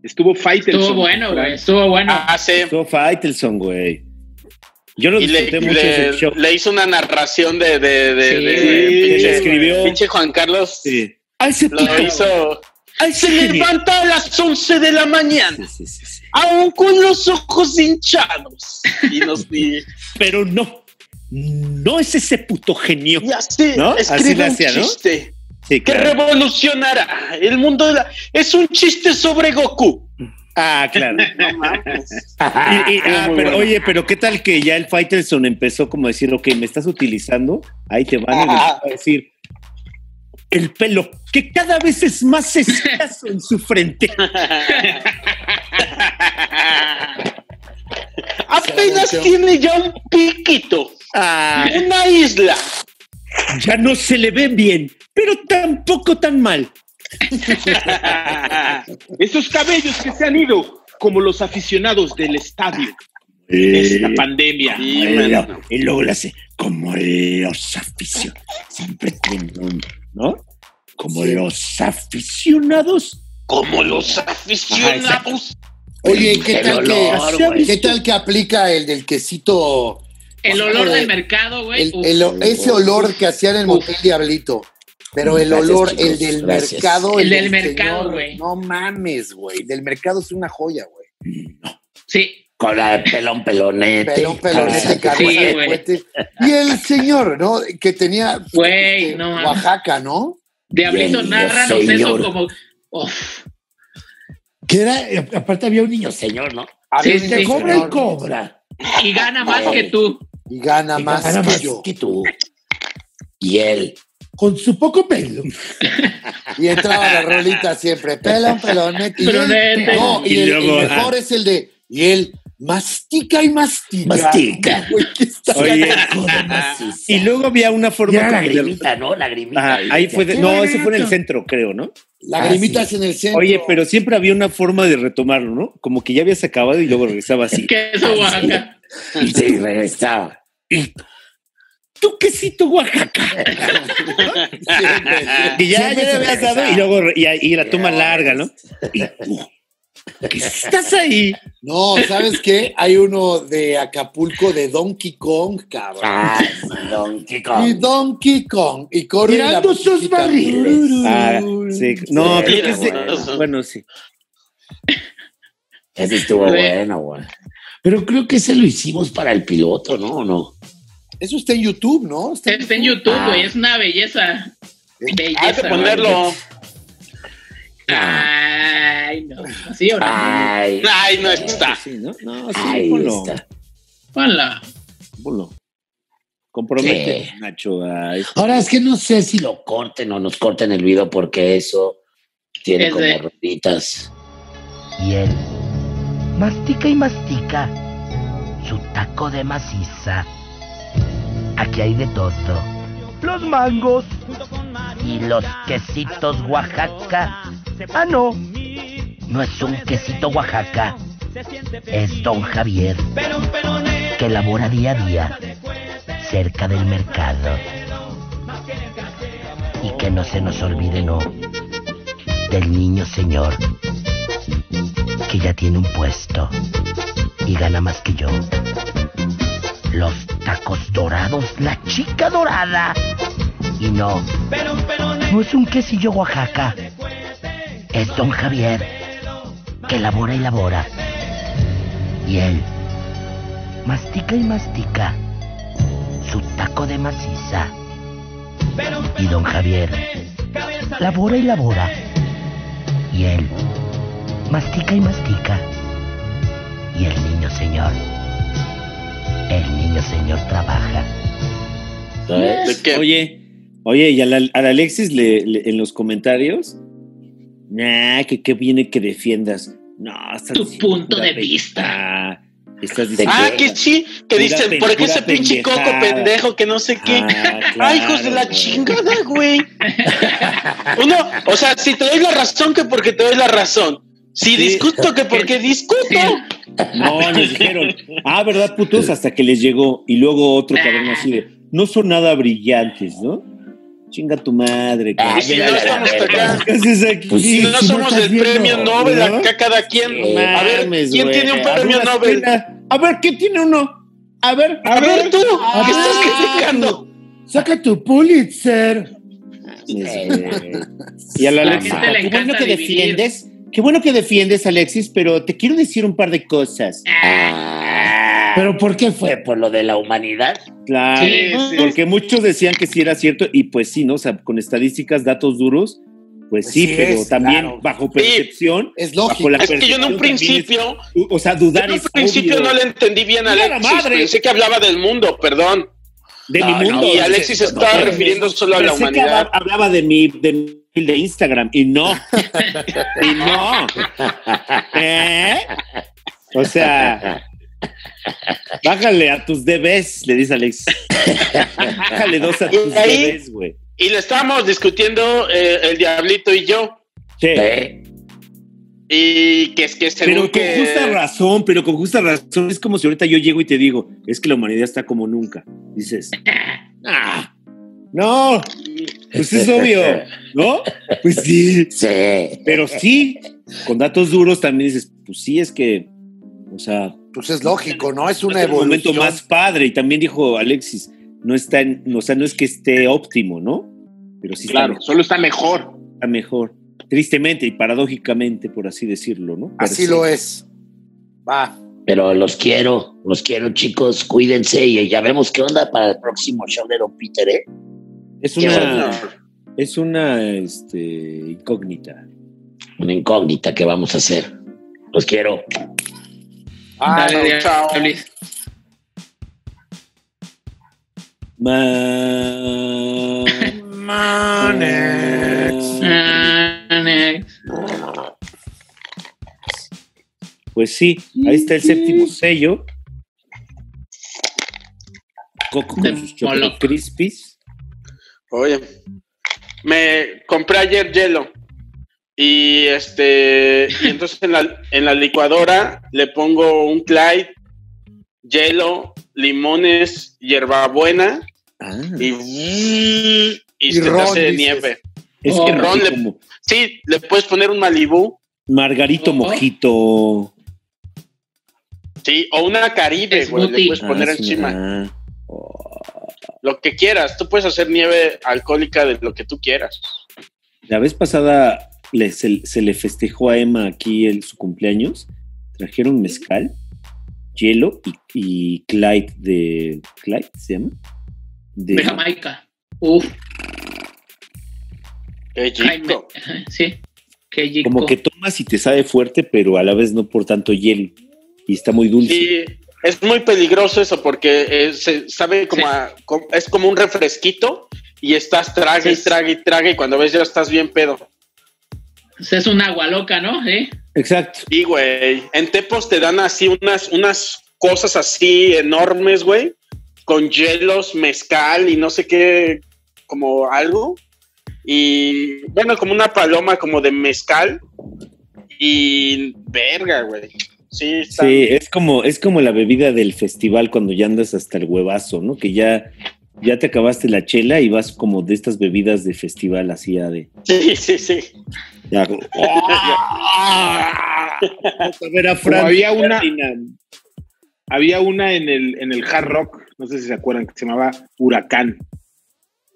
estuvo Faitelson.
Estuvo bueno, güey. Estuvo bueno.
Ah, sí.
Fue Faitelson, güey. Yo lo
Y le,
disfruté mucho
le-
ese show.
le hizo una narración de, de, de,
Sí,
de-
sí,
de-
le
pinche,
escribió.
pinche Juan Carlos.
Sí. ¡Ay, se
Lo hizo.
¡Ay,
Se levanta a las 11 de la mañana,
Sí, sí, sí, sí.
aún con los ojos hinchados. Y, nos, y,
Pero no. No es ese puto genio.
y así
¿No? Así
escribe
le
un
hacía, ¿no?
chiste.
Sí,
que
claro.
revolucionará el mundo de la... Es un chiste sobre
*laughs*
Goku.
Ah, claro.
*laughs* No mames.
*laughs* Y- y- ah,
muy
pero
bueno.
oye, pero qué tal que ya el Faitelson empezó como a decir, ok, me estás utilizando, ahí te van a empezar a decir el pelo, que cada vez es más *laughs* escaso en su
*laughs*
frente.
Apenas
Se anunció.
tiene ya un piquito,
Ah,
una isla.
ya no se le ve bien, pero tampoco tan mal.
*laughs* Esos cabellos que se han ido como los aficionados del estadio. Esta pandemia.
Sí,
Y
mano.
luego- y luego le hace como los aficionados. Siempre tiene un, ¿no? Como los aficionados.
Como los aficionados.
Oye, ¿qué
El
tal, que,
olor,
¿Se ha
güey.
¿qué tal que aplica el del quesito?
El olor del mercado, güey.
el-
Uf.
el- ese olor que hacían en el Motel Diablito. Pero el
Gracias,
olor,
chicos,
el del
gracias.
mercado.
El del
señor,
mercado, güey.
No mames, güey. Del mercado es una joya, güey.
Sí,
Con la de pelón pelonete. Ah,
Pelón,
cabeza-
pelonete, cabeza
Sí,
de
güey.
puente. Y el señor, ¿no? Que tenía
güey,
eh,
no mames.
Oaxaca, ¿no?
Diablito,
Bien,
narranos eso
señor.
como. Uf.
Que era, eh, aparte había un niño.
Señor, ¿no?
A
Sí,
ver,
sí,
Te
señor,
cobra y cobra.
Y gana más
Ay.
que tú.
Y gana
Y
más
gana
que
más
yo.
Que tú. Y él.
Con su poco pelo.
*laughs* Y entraba la rolita siempre, pelón, pelonete. Y, él-
Pelonete.
no, y
Y
el,
luego,
el mejor es el de, y él mastica y mastica.
Mastica.
*laughs* Güey, ¿qué está-
Oye,
Joder, maciza.
y luego había una forma.
Ya,
como de-
Lagrimita, ¿no? Lagrimita.
Ajá, ahí fue de- no, ese fue en el centro, creo, ¿no?
Lagrimitas en el centro.
Oye, pero siempre había una forma de retomarlo, ¿no? Como que ya habías acabado y luego regresaba así.
Queso Oaxaca.
Y sí, regresaba.
¡Tú quesito Oaxaca!
Siempre, siempre.
*laughs* Que ya,
Siempre
ya le
se
habías dado
regresaba.
y luego re- y, ahí- y la toma
Ya.
larga, ¿no? Y tú, ¿qué estás ahí?
No, ¿sabes qué? Hay uno de Acapulco de Donkey Kong, cabrón.
Ah, Donkey
Ah.
Y
Kong.
Donkey Kong. Y corre la
Tirando sus
musiquita.
barriles.
Ah, sí. No,
Sí,
creo que sí.
bueno.
Bueno, sí.
Ese estuvo
Güey.
bueno, güey. Pero creo que ese lo hicimos para el piloto, ¿no? ¿O no?
Eso está en YouTube, ¿no? Está
Está en YouTube,
Ah.
güey. Es una belleza.
Hay
Belleza.
Hay que
güey.
ponerlo.
Ah,
Ah, Ay, no. ¿Sí o no?
Ah.
Ay,
Ay, no está.
Sí, ¿no? No, sí,
ahí
ponlo,
está.
Ponla.
ponlo. Compromete,
Sí.
Nacho, a este-
Ahora es que no sé si lo corten o nos corten el video porque eso tiene
Es
como
de-
rueditas.
Y él mastica y mastica su taco de maciza. Aquí hay de todo. Los mangos y los quesitos Oaxaca. Ah, no. No es un quesito Oaxaca. Es Don Javier, que elabora día a día cerca del mercado. Y que no se nos olvide, no, del niño señor que ya tiene un puesto y gana más que yo. Los tacos dorados, la chica dorada. Y no, no es un quesillo Oaxaca. Es don Javier, que elabora y elabora. Y él mastica y mastica su taco de maciza. Y don Javier labora y labora. Y él mastica y mastica. Y el niño señor, el niño señor trabaja.
¿sabes?
¿De qué?
Oye, oye, y al, al Alexis le- le- en los comentarios, nah, que qué viene que defiendas. No, estás
Tu
diciendo
punto
pura
de vista.
pendeja. Estás diciendo.
Ah, que sí, que
Pura
dicen,
pen-
¿por qué
pura
ese pinche coco
pendejada.
pendejo que no sé qué?
Ah,
Ay, hijos de
claro,
la
güey.
chingada,
*laughs*
güey. Uno, o sea, si te doy la razón, que porque te doy la razón.
Sí.
Si discuto, que porque discuto.
Sí.
No, nos dijeron, ah, ¿verdad, putos? Hasta que les llegó. Y luego otro cabrón así de, no son nada brillantes, ¿no? Chinga tu madre,
Ah,
cabrón.
Si
ya,
no
ya,
estamos
ya, ya.
acá.
¿Qué haces aquí?
Pues
Si
sí,
no
si no
somos
estás
el
viendo,
premio Nobel,
¿no?
acá cada quien. A ver,
Mames,
¿quién
güey.
tiene un
A
premio
duras
Nobel?
penas. A ver, ¿qué tiene uno? A ver,
A ver tú,
Ah.
¿qué estás criticando?
Saca tu Pulitzer.
Y a la
La
Alexis,
gente
qué
le
bueno
encanta
que
dividir.
defiendes, qué bueno que defiendes, Alexis, pero te quiero decir un par de cosas.
Ah.
Ah,
¿Pero por qué fue?
fue por lo de la humanidad.
Ah,
Claro,
Sí, sí.
porque muchos decían que sí era cierto, y pues sí, ¿no? O sea, con estadísticas, datos duros, pues sí,
Sí
pero
es,
también
claro.
bajo percepción.
Es
Bajo
lógico.
la
Es que yo en
percepción
un
también es-
principio,
o sea,
yo
dudar
en un
es
principio
obvio.
no le entendí bien a
¡Mira la
Alexis.
madre!
Pensé que hablaba del mundo, perdón.
de mi
Ah, no,
mundo.
Y Alexis se estaba
no,
refiriendo solo a la
Pensé que
humanidad.
hablaba- hablaba de mi de mi- de Instagram y no. y no. ¿Eh? O sea, bájale a tus debes, le dice Alex. bájale dos a
Y
tus
ahí-
debes, güey.
Y le estábamos discutiendo eh, el Diablito y yo.
Che,
¿eh?
Y que es que según
pero con
que...
justa razón, pero con justa razón. Es como si ahorita yo llego y te digo, es que la humanidad está como nunca.
*laughs*
Dices, ah, no, pues es obvio,
*laughs*
¿no? Pues sí.
Sí.
Pero sí, con datos duros también dices, pues sí, es que, o sea, este
Pues es lógico, ¿no? Es una
es el momento
evolución.
más padre. Y también dijo Alexis, no está en, o sea, no es que esté óptimo, ¿no? Pero sí
Claro,
está,
solo está mejor.
mejor, está mejor. Tristemente y paradójicamente, por así decirlo, ¿no?
Así lo es. Va.
Pero los quiero, los quiero, chicos. Cuídense y ya vemos qué onda para el próximo show de Don Peter, ¿eh?
Es
Qué
una, es una este, incógnita.
Una incógnita que vamos a hacer. Los quiero.
Ah,
Dale,
no, chao.
Diablis.
Ma-
Ah, next.
Pues sí, ahí está el séptimo sello. Coco
De
con sus Choco
Molotov.
Crispies.
Oye, me compré ayer hielo. Y este, y entonces en la, en la licuadora le pongo un Clyde, hielo, limones, hierbabuena
Ah,
y, y,
Y
se te
ron,
hace
dices.
nieve.
es
Oh.
que no,
Ron
así
le-
como
Sí, le puedes poner un Malibú,
Margarito
Oh.
Mojito.
sí, o una Caribe, güey, le
Smoothie.
puedes poner
Ah, sí,
encima.
ah. Oh,
Lo que quieras, tú puedes hacer nieve alcohólica de lo que tú quieras.
La vez pasada le- se, se le festejó a Emma aquí el, su cumpleaños. Trajeron mezcal, hielo y, y Clyde de. ¿Clyde se llama? De,
De Jamaica. Uf,
Qué
Jaime. *laughs*
chico.
Sí. Qué rico.
Como que tomas y te sabe fuerte, pero a la vez no por tanto hielo. Y está muy dulce.
Sí, es muy peligroso eso porque eh, se sabe como, a- como- es como un refresquito y estás traga y
Sí.
traga y traga y cuando ves ya estás bien pedo.
Pues es un agua loca, ¿no? ¿Eh?
Exacto.
Sí, güey. En Tepos te dan así unas, unas cosas así enormes, güey, con hielos, mezcal y no sé qué, como algo. Y bueno, como una paloma como de mezcal. Y verga, güey. Sí, está.
Sí, es como, es como la bebida del festival cuando ya andas hasta el huevazo, ¿no? Que ya, ya te acabaste la chela y vas como de estas bebidas de festival así a de.
Sí, *laughs* sí, sí.
ya- a ver a Fran.
había una-
Ferdinand.
Había una en el, en el hard rock, no sé si se acuerdan, que se llamaba Huracán,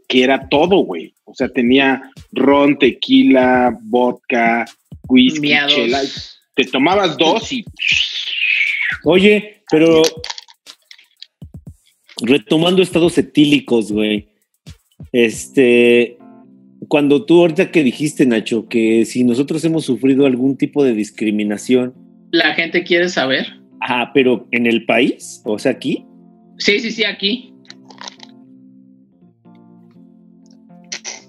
que era todo, güey. O sea, tenía ron, tequila, vodka, whisky, chela.
Miados.
Te tomabas dos y
Oye, pero. Retomando estados etílicos, güey. Este. Cuando tú ahorita que dijiste, Nacho, que si nosotros hemos sufrido algún tipo de discriminación,
La gente quiere saber.
ah, pero en el país, o sea, aquí,
Sí, sí, sí, aquí.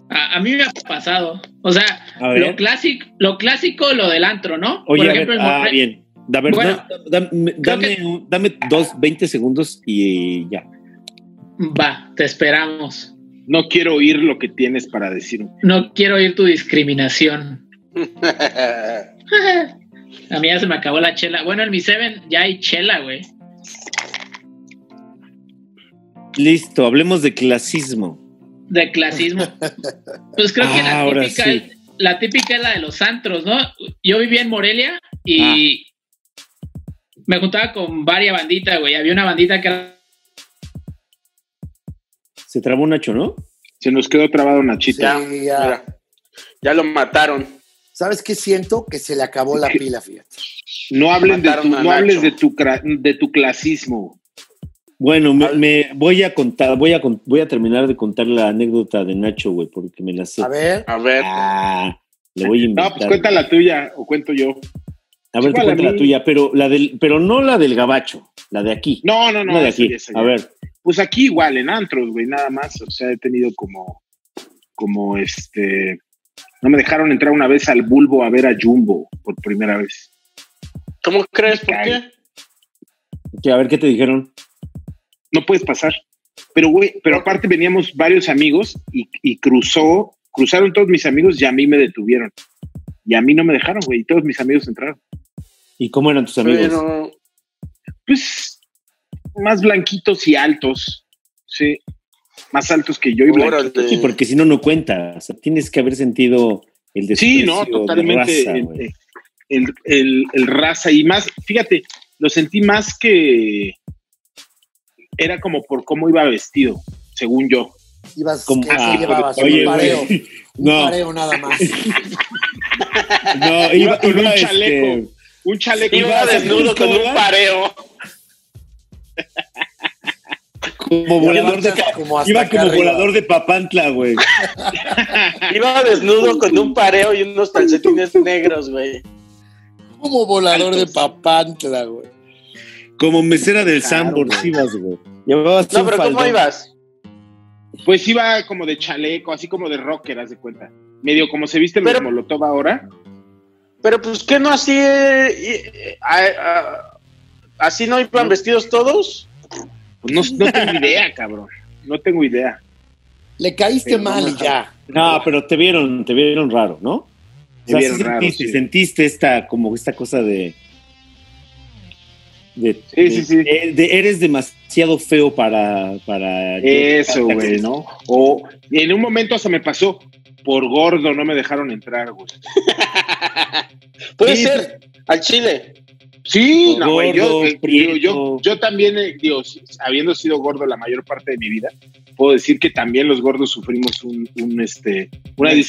A, a mí me ha pasado. O sea,
A ver.
lo clásico, lo clásico, lo del antro, ¿no?
Oye,
Por
a
ejemplo,
ver,
en
ah,
Monterrey-
bien. A ver,
Bueno,
no, dame, dame un- dame dos, 20 segundos y ya.
va, te esperamos.
no quiero oír lo que tienes para decir.
No quiero oír tu discriminación. *laughs* a mí ya se me acabó la chela. Bueno, en mi Seven ya hay chela, güey.
Listo, hablemos de clasismo.
De clasismo. Pues creo que
Ah,
la
ahora
típica,
sí.
la típica es la de los antros, ¿no? Yo vivía en Morelia y
Ah.
me juntaba con varias banditas, güey. Había una bandita que era
Se trabó Nacho, ¿no?
Se nos quedó trabado
Sí,
Nachita.
ya.
Mira, ya lo mataron.
¿Sabes qué siento? Que se le acabó
*laughs*
la pila, fíjate.
No hablen de tu,
Mataron a
no hables
Nacho.
de tu cra- de tu clasismo.
Bueno, me, me voy a contar, voy a, con- voy a terminar de contar la anécdota de Nacho, güey, porque me la sé.
A ver,
A ver.
Ah, le voy a inventar.
No, pues cuenta la tuya o cuento yo.
a ver, te
chúpala
cuento la
mí.
tuya, pero la del, pero no la del gabacho, la de aquí.
No, no,
No,
no.
de
esa
aquí.
ya, esa ya.
a ver,
Pues aquí igual, en antros, güey, nada más. O sea, he tenido como, como este. No me dejaron entrar una vez al bulbo a ver a Jumbo por primera vez.
¿Cómo crees? ¿Por
Ay.
qué?
que- a ver qué te dijeron.
No puedes pasar. Pero, güey, pero aparte veníamos varios amigos y, y cruzó, cruzaron todos mis amigos y a mí me detuvieron. Y a mí no me dejaron, güey, y todos mis amigos entraron.
¿Y cómo eran tus amigos?
Pero,
pues más blanquitos y altos, sí, más altos que yo y blanquitos.
órale.
Sí, porque si no, no cuenta. O sea, tienes que haber sentido el desprecio
Sí, no,
de
totalmente. eh,
raza,
el-
güey.
el, el- el raza y más, fíjate, lo sentí más que era como por cómo iba vestido, según yo.
ibas,
Como-
¿qué, qué
ah,
llevabas?
oye,
un pareo.
güey. *laughs*
Un
No.
pareo nada más.
No,
Iba
iba,
con
iba,
un
este,
chaleco. Un chaleco.
Iba
Ibas a
desnudo con
Cusco,
un
¿verdad?
pareo.
como volador de ca-
Como hasta
iba
acá
como
arriba.
volador de Papantla, güey.
Iba desnudo con un pareo y unos calcetines negros, güey.
Como volador de papantla, güey.
Como mesera del
Claro,
Sambor,
güey.
sí ibas, güey. Llevabas
No,
un
pero ¿cómo
faldón.
ibas?
Pues iba como de chaleco, así como de rocker, haz de cuenta. Medio como se viste los
Pero-
Molotov ahora.
Pero pues, ¿qué no así? eh, eh, a- a- ¿Así no iban vestidos todos?
Pues no, no tengo
*laughs*
idea, cabrón. No tengo idea.
Le caíste
Pero
mal
no
y ya.
No, pero te vieron, te vieron raro, ¿no? O
Me
sea,
vieron
sí
raro,
sentiste,
sí.
sentiste esta, como esta cosa de. De,
Sí,
de-
sí, sí.
eh, de- eres demasiado feo para. para
Eso,
para-
güey, ¿no? O en un momento se me pasó, por gordo no me dejaron entrar, güey.
Puede
Sí,
ser, al chile.
Sí,
Por
no, güey, yo,
gordo,
eh,
prieto.
digo, yo, yo también, eh, digo, si- habiendo sido gordo la mayor parte de mi vida, puedo decir que también los gordos sufrimos un, un, este, una
Una
discriminación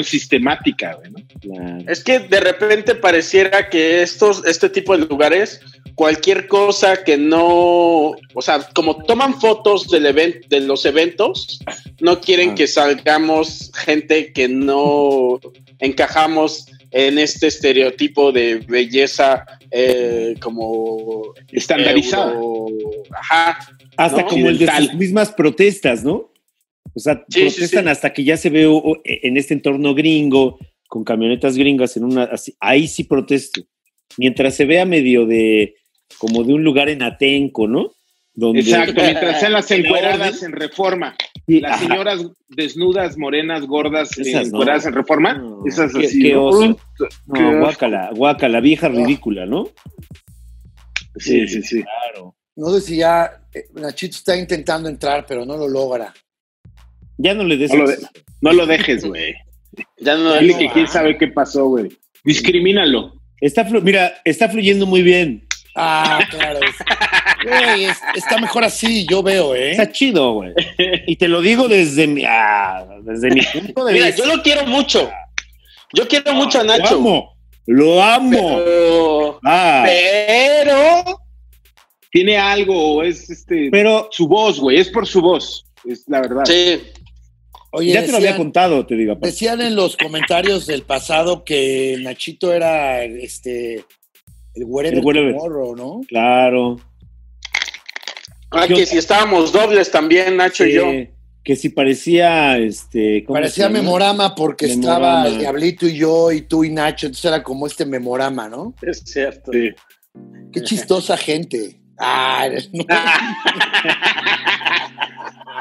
discriminación.
sistemática, güey, ¿no?
Claro.
Es que de repente pareciera que estos, este tipo de lugares, cualquier cosa que no, o sea, como toman fotos del evento, de los eventos, no quieren
Ah.
que salgamos gente que no encajamos en este estereotipo de belleza eh, como
Estandarizada.
euro- ajá,
Hasta
¿no?
como el de
Occidental.
sus mismas protestas, ¿no? O sea,
Sí, sí,
protestan
sí.
hasta que ya se ve o- o- en este entorno gringo, con camionetas gringas en una. así- ahí sí protesto. Mientras se vea medio de. como de un lugar en Atenco, ¿no? Donde,
Exacto, mientras
*laughs*
sean las
¿En
encueradas
orden?
en reforma.
Sí,
Las
ajá.
señoras desnudas, morenas, gordas, eh,
Esas no.
encueradas en reforma.
No,
esas
qué-
así.
qué
¿no?
oso.
Qué
No,
asco.
guácala, guácala, vieja ridícula, ¿no?
Sí, sí, sí.
Claro.
No sé si ya eh, Nachito está intentando entrar, pero no lo logra.
Ya no le des.
No lo de-
acceso.
No lo
*laughs*
dejes, güey.
ya no
Dile que quién sabe qué pasó, güey. Discrimínalo.
Está flu- mira, está fluyendo muy bien.
Ah,
*laughs*
claro. es- Güey, es- está mejor así, yo veo, ¿eh?
Está chido,
*laughs*
güey. Y te lo digo desde mi, ah, desde mi punto de
Mira,
vista.
yo lo quiero mucho. Yo quiero mucho a Nacho.
Lo amo. Lo amo.
Pero,
Ah,
pero
Tiene algo, es este.
pero
su voz, güey. Es por su voz. Es la verdad.
sí,
Oye,
ya te lo había
decían-
contado, te digo. aparte.
Decían en los comentarios del pasado que Nachito era este el wherever,
El wherever.
tomorrow, ¿no?
Claro.
Ah,
Yo-
que si estábamos dobles también, Nacho y
que-
yo.
Que si parecía, este, ¿cómo
Parecía
se llama?
memorama porque
Memorama.
estaba el Diablito y yo y tú y Nacho, entonces era como este memorama, ¿no?
Es cierto.
Sí.
Qué chistosa gente. Ah, *laughs* no.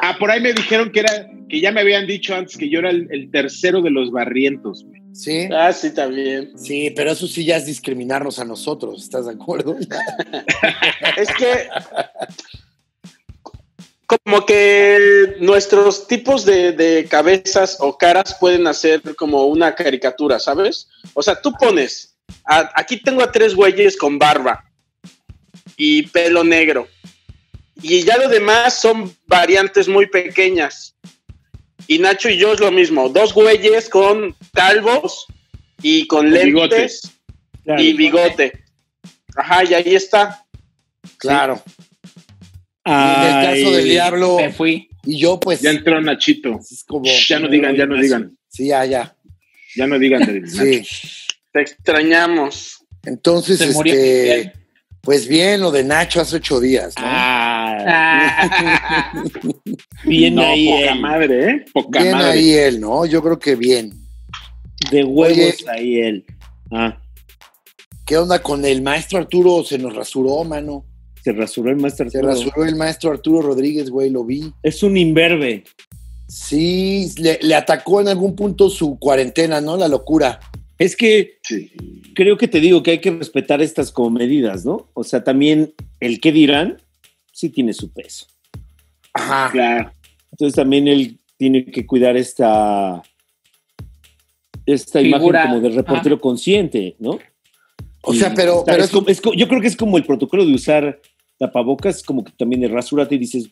Ah, por ahí me dijeron que era, que ya me habían dicho antes que yo era el, el tercero de los barrientos. güey.
Sí,
Ah, sí, también.
sí, pero eso sí ya es discriminarnos a nosotros, ¿estás de acuerdo?
Es que como que nuestros tipos de, de cabezas o caras pueden hacer como una caricatura, ¿sabes? O sea, tú pones, a- aquí tengo a tres güeyes con barba y pelo negro. Y ya lo demás son variantes muy pequeñas. Y Nacho y yo es lo mismo, dos güeyes con calvos y con lentes
bigote.
Claro.
y bigote. Ajá, y ahí está.
Claro. Y en el
Ay,
caso del Diablo
Me fui.
y yo, pues,
Ya entró Nachito.
es como.
Ya no digan, ya no digan.
Sí, ya, ya.
Ya no digan. de Nacho.
Sí.
Te extrañamos.
Entonces,
Se murió.
este, pues bien, lo de Nacho hace ocho días, ¿no?
Ah,
Ah,
bien
No,
ahí,
poca
él.
madre, ¿eh? Poca
bien
madre.
ahí él, ¿no? Yo creo que bien.
De huevos
Oye.
ahí él. Ah,
¿Qué onda con el maestro Arturo? Se nos rasuró, mano.
se rasuró el Master
Se rasuró el maestro Arturo Rodríguez, güey, lo vi.
Es un imberbe.
Sí, le, le atacó en algún punto su cuarentena, ¿no? La locura.
Es que
Sí.
creo que te digo que hay que respetar estas como medidas, ¿no? O sea, también el que dirán sí tiene su peso.
Ajá.
Claro.
Entonces también él tiene que cuidar esta esta
Figura.
imagen como de reportero consciente, ¿no?
O
Y,
sea, pero,
o sea,
pero
es
es-
como- es como- yo creo que es como el protocolo de usar tapabocas, como que también de rasúrate y dices,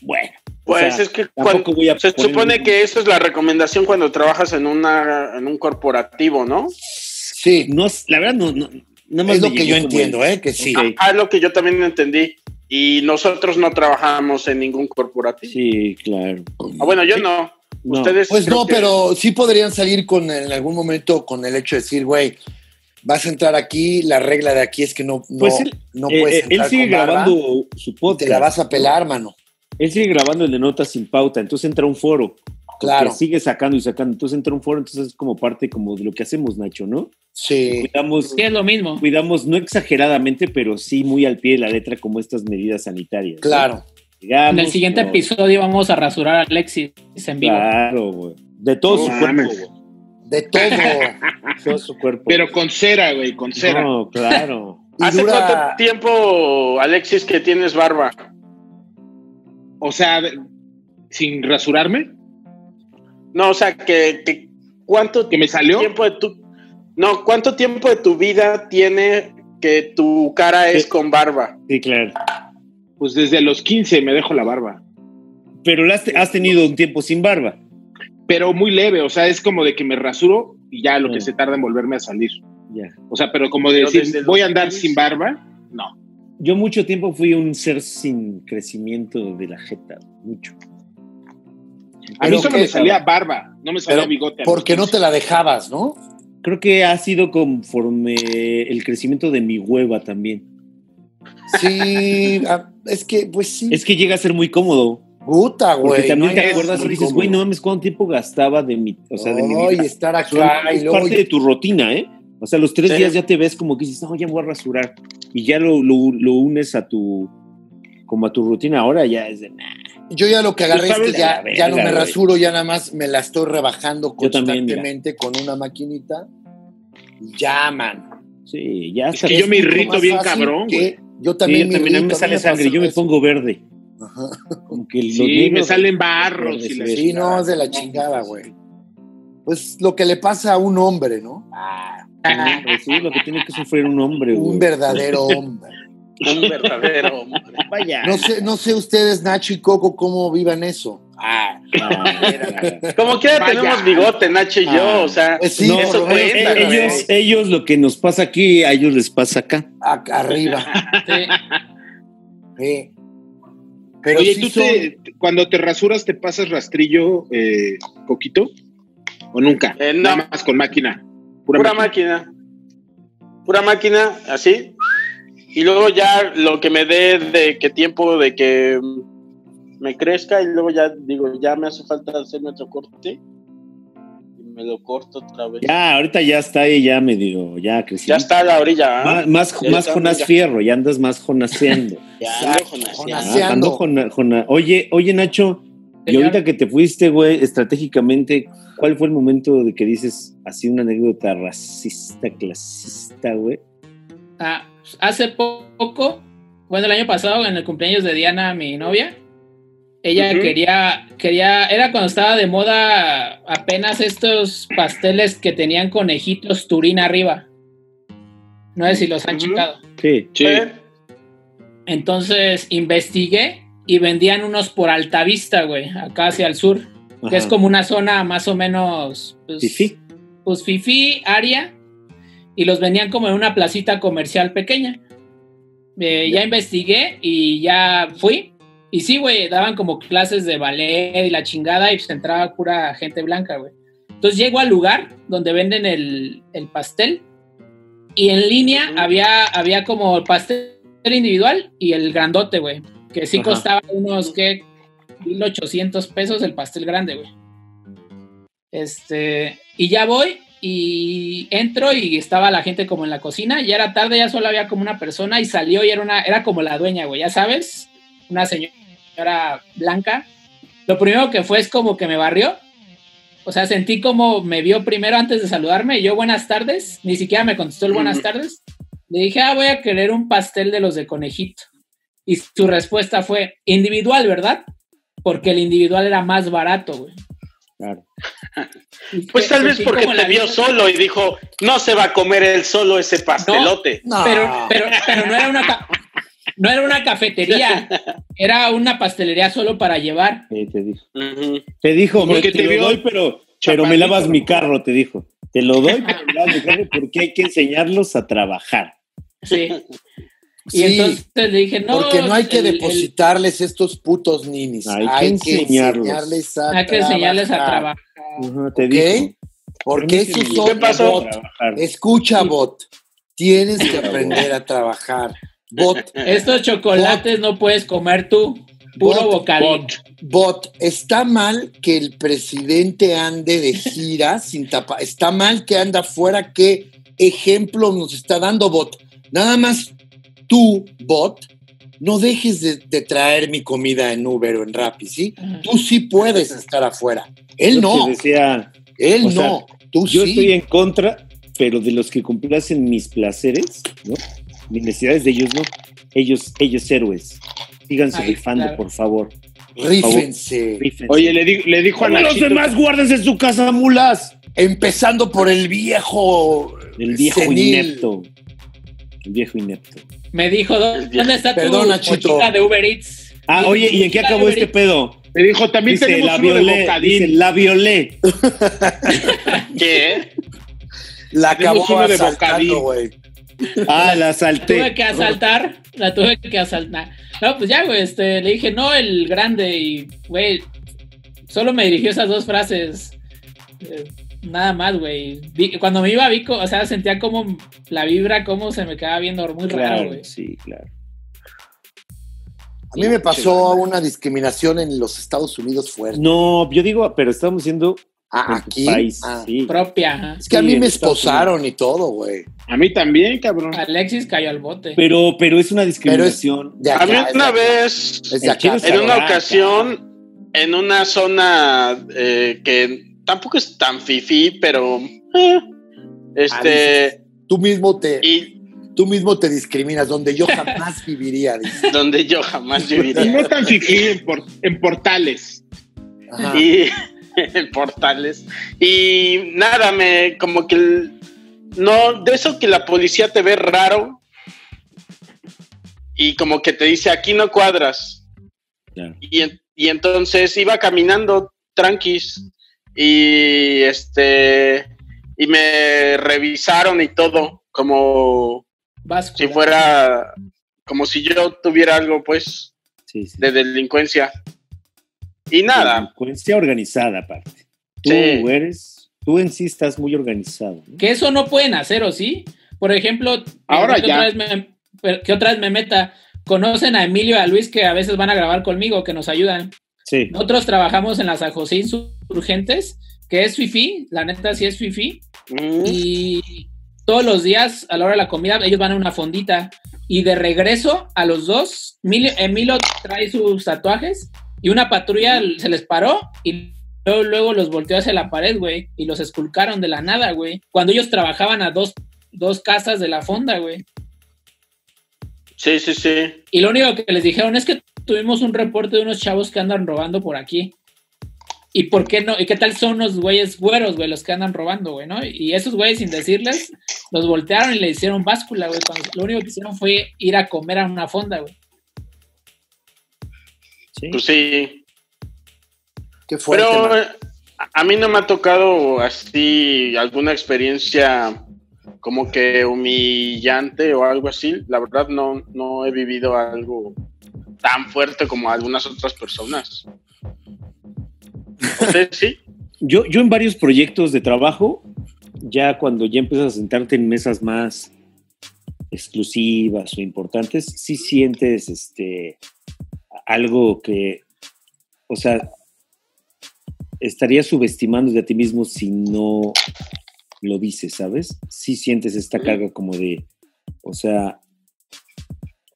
bueno,
Pues
O sea,
es que
tampoco
cuando-
voy a
se
poner
supone
ningún-
que eso es la recomendación cuando trabajas en una en un corporativo, ¿no?
sí,
no, es- la verdad no, no, nada más
es
me
lo que
llegó
yo
como
entiendo,
el-
¿eh? Que sí.
Ok.
Ah, es lo que yo también entendí. Y nosotros no trabajamos en ningún corporativo.
Sí, claro.
Ah, bueno, yo no.
No.
Ustedes
Pues
creo
no,
que-
pero sí podrían salir con en algún momento con el hecho de decir, güey, vas a entrar aquí, la regla de aquí es que no, no,
Pues él-
no
Eh,
puedes
eh,
entrar
él sigue
con barba,
grabando su podcast.
Te la vas a pelar, mano.
Él sigue grabando el de Notas sin Pauta, entonces entra a un foro.
Claro.
que sigue sacando y sacando. Entonces entra un foro, entonces es como parte como de lo que hacemos, Nacho, ¿no?
Sí.
Cuidamos,
sí, es lo mismo.
cuidamos no exageradamente, pero sí muy al pie de la letra como estas medidas sanitarias. ¿no?
Claro.
Digamos,
En el siguiente
pero-
episodio vamos a rasurar a Alexis en vivo.
Ah. Claro, güey. De todo
No
su cuerpo,
mames.
güey.
De
*laughs*
todo.
Todo su cuerpo.
Pero
güey.
con cera, güey, con cera.
No, claro.
Y
¿Hace
dura-
cuánto tiempo, Alexis, que tienes barba?
O sea, de- sin rasurarme,
No, o sea, que, que- ¿cuánto
que me salió.
tiempo de tu No, ¿cuánto tiempo de tu vida tiene que tu cara es
Sí. *laughs*
con barba?
Sí, claro.
Pues desde los 15 me dejo la barba.
Pero la has, has tenido un tiempo sin barba.
Pero muy leve, o sea, es como de que me rasuro y ya lo que
Sí.
se tarda en volverme a salir.
Ya.
O sea, pero como de
Pero
decir,
desde los
voy a andar
15.
sin barba, no.
Yo mucho tiempo fui un ser sin crecimiento de la jeta, mucho.
A mí
Pero
solo
que-
me salía barba, no me salía
pero
bigote. a mí.
Porque no te la dejabas, ¿no?
creo que ha sido conforme el crecimiento de mi hueva también.
Sí, ah, es que, pues sí.
Es que llega a ser muy cómodo.
Puta,
Porque
güey.
también
no
te
hay-
acuerdas y dices, güey, no mames, ¿cuánto tiempo gastaba de mi, o sea, de mi
Ay,
vida?
estar
Son-
acá y
es
luego.
parte de tu rutina, ¿eh? O sea, los tres
Sí.
días ya te ves como que dices, no, ya me voy a rasurar. Y ya lo, lo- lo unes a tu, como a tu rutina. Ahora ya es de, nah,
Yo ya lo que agarré es
Tú sabes
que ya,
de la
ya no me
verga, güey.
rasuro, ya nada más me la estoy rebajando
Yo también, mira.
constantemente con una maquinita. Y Ya, man.
sí, ya
que
hasta-
yo me
mucho
irrito
más
bien
fácil
cabrón,
que-
güey.
Yo
Sí,
también
yo también a mí me
irrito,
sale
pasa
sangre, yo me
eso.
pongo verde.
Ajá.
Como que los
Sí, me
negros-
salen barros y
Sí,
la
Sí,
chingada.
no, es de la chingada, güey. Pues lo que le pasa a un hombre, ¿no?
Hombre, sí, lo que tiene que sufrir un hombre, güey. *laughs*
Un verdadero hombre.
Un verdadero hombre.
Vaya.
No sé, no sé ustedes, Nacho y Coco, cómo vivan eso.
Ah,
Como quiera
Vaya.
tenemos bigote, Nacho y yo, o sea,
Pues sí, por
eso
lo menos
cuenta,
ellos-
güey.
eh, ellos, ellos lo que nos pasa aquí, a ellos les pasa acá.
Acá arriba.
Sí.
Sí. Pero
Oye,
sí
¿tú
son-
te- cuando te rasuras te pasas rastrillo, eh, Coquito? ¿O nunca?
Eh, no.
Nada más con máquina. Pura,
Pura
máquina.
máquina. Pura máquina, así. Y luego ya lo que me dé de qué tiempo, de que mm, me crezca, y luego ya digo, ya me hace falta hacerme otro corte. Y me lo corto otra vez. Ya,
Ya, ahorita ya está ahí, ya medio, ya crecí.
está a la orilla. ¿ah?
Más, más,
Ya
más
está,
Jonás
ya.
Fierro, ya andas más jonaseando.
Ya, ando con ansiedad.
Ah,
Jonaseando.
ando jona- jona- Oye, oye, Nacho, y
Señor.
ahorita que te fuiste, güey, estratégicamente, ¿cuál fue el momento de que dices así una anécdota racista, clasista, güey?
Ah, hace po- poco, bueno, el año pasado, en el cumpleaños de Diana, mi novia, ella
Ujú.
quería, quería, era cuando estaba de moda apenas estos pasteles que tenían conejitos turín arriba. No sé si los han
Ujú.
checado.
Sí.
Sí.
Eh,
Entonces investigué y vendían unos por Altavista, güey, acá hacia el sur, que es
ajá.
como una zona más o menos... pues,
Fifí.
pues Fifi, Aria, y los vendían como en una placita comercial pequeña. Eh, ya investigué y ya fui. Y sí, güey, daban como clases de ballet y la chingada, y pues entraba pura gente blanca, güey. Entonces llego al lugar donde venden el, el pastel, y en línea
Ujú.
había, había como el pastel individual y el grandote, güey, que sí
Ajá.
costaba unos, ¿qué? 1800 pesos el pastel grande, güey. Este, y ya voy y entro y estaba la gente como en la cocina, ya era tarde, ya solo había como una persona y salió y era una era como la dueña, güey, ya sabes, una señora blanca. Lo primero que fue es como que me barrió. O sea, sentí como me vio primero antes de saludarme, y yo buenas tardes, ni siquiera me contestó el buenas
Ujú.
tardes. Le dije, "Ah, voy a querer un pastel de los de conejito." Y su respuesta fue individual, ¿verdad? Porque el individual era más barato, güey.
Claro.
Pues tal vez
Sentí
porque
como
te
la
vio
vida-
solo y dijo, no se va a comer él solo ese pastelote.
No.
Pero, pero, pero no era una ca- no era una cafetería, era una pastelería solo para llevar.
Sí, te dijo.
Ujú.
Te dijo, me,
Porque
te,
te
lo
vio
doy, pero, pero me
chaparrito,
lavas mi
¿no?
carro, te dijo. Te lo doy, pero me lavas mi carro porque hay que enseñarlos a trabajar.
Sí. Y
Sí,
entonces le dije, no.
porque no hay que
el- el-
depositarles estos putos ninis.
Hay que enseñarlos.
enseñarles a
hay que enseñarles
Ah.
a trabajar.
Ajá, te
¿Ok?
dijo.
Porque
Tienes que
esos
enseñarlos
son
¿Qué pasó?
a
bot.
trabajar.
Escucha, bot. Tienes que aprender a trabajar. Bot,
Estos chocolates no puedes comer tú, puro
Bot,
bocadillo.
bot, está mal que el presidente ande de gira sin tapa. Está mal que anda afuera. ¿Qué ejemplo nos está dando, bot? Nada más tú, bot, no dejes de, de traer mi comida en Uber o en Rappi, ¿sí? Tú sí puedes estar afuera. Él
Yo
no,
te decía,
él
o sea,
no. Tú
Yo
sí.
estoy en contra, pero de los que complacen mis placeres, ¿no? Mis necesidades de ellos, ¿no? Ellos, ellos héroes. Síganse
Ay,
rifando,
claro.
por favor.
Rífense.
Rífense.
Oye, le, di- le dijo a
Como los
Nachito.
demás guárdense en su casa, mulas.
Empezando por el viejo.
El viejo
senil.
inepto. El viejo inepto.
Me dijo, ¿dónde está
Perdón,
tu
Nachito.
mochila de Uber Eats?
Ah,
Dije,
oye, ¿y en qué
"Mochila
acabó
de
este
Uber
pedo?
Le dijo, también
Dice,
tenemos
la
uno de
violé.
bocadín.
Dice, la violé. Ah,
¿Qué?
La
Tenemos
acabó
uno de
asaltando,
bocadillo.
güey.
Ah, la
Eats?" Tuve
salté.
que asaltar, la tuve que asaltar. No, pues ya, güey, este, le dije, no, el grande, y, güey, solo me dirigió esas dos frases. Eh, nada más, güey. Vi- Cuando me iba a Vico, o sea, sentía como la vibra, como se me quedaba viendo muy raro, güey.
Claro, sí, claro.
A mí me pasó una discriminación en los Estados Unidos fuerte.
No, yo digo, pero estamos siendo
Ah,
en tu
aquí.
país.
ah.
sí.
Propia. ajá.
Es que a
Sí,
mí
en
me
Estados
esposaron y todo, güey.
A mí también, cabrón.
Alexis cayó al bote.
Pero, pero es una discriminación.
De
A mí
acá, es de
una
acá.
vez,
Es de
El
acá.
chino
en una
Sabará,
ocasión, en una zona eh, que tampoco es tan fifí, pero eh, este
Ah, Tú mismo te,
y
tú mismo te discriminas, donde yo jamás *laughs* viviría. dice.
donde yo jamás
Y
viviría
no tan fifí en, por- en portales.
Ajá.
y *laughs* portales y nada me como que el- no de eso que la policía te ve raro y como que te dice aquí no cuadras
Claro.
y, en- y entonces iba caminando tranquis y este y me revisaron y todo como
Vasco.
si fuera como si yo tuviera algo pues
Sí, sí.
de delincuencia y nada
Delincuencia organizada, aparte. Tú
Sí.
eres, tú en sí estás muy organizado. ¿no?
Que eso no pueden hacer, ¿o sí? Por ejemplo,
Ahora
que
ya.
Otra vez me, pero que otra vez me meta. Conocen a Emilio y a Luis que a veces van a grabar conmigo, que nos ayudan.
Sí.
Nosotros trabajamos en las Ajosín Surgentes, que es fifi, la neta sí es fifi. Y todos los días, a la hora de la comida, ellos van a una fondita. Y de regreso a los dos, Emilio, Emilio trae sus tatuajes y una patrulla se les paró y luego, luego los volteó hacia la pared, güey. Y los esculcaron de la nada, güey. Cuando ellos trabajaban a dos, dos casas de la fonda, güey.
sí sí sí
Y lo único que les dijeron es que tuvimos un reporte de unos chavos que andan robando por aquí. ¿Y por qué no? ¿Y qué tal son los güeyes güeros, güey, los que andan robando, güey, no? Y esos güeyes, sin decirles, los voltearon y le hicieron báscula, güey. cuando lo único que hicieron fue ir a comer a una fonda, güey.
sí.
pues sí
Qué fuerte.
pero
man.
eh, a a mí no me ha tocado así alguna experiencia como que humillante o algo así la verdad no no he vivido algo tan fuerte como algunas
*laughs*
otras personas ¿Ustedes sí
Yo, yo en varios proyectos de trabajo, ya cuando ya empiezas a sentarte en mesas más exclusivas o importantes, sí sientes este algo que, o sea, estarías subestimando de a ti mismo si no lo dices, ¿sabes? Sí sientes esta carga como de, o sea,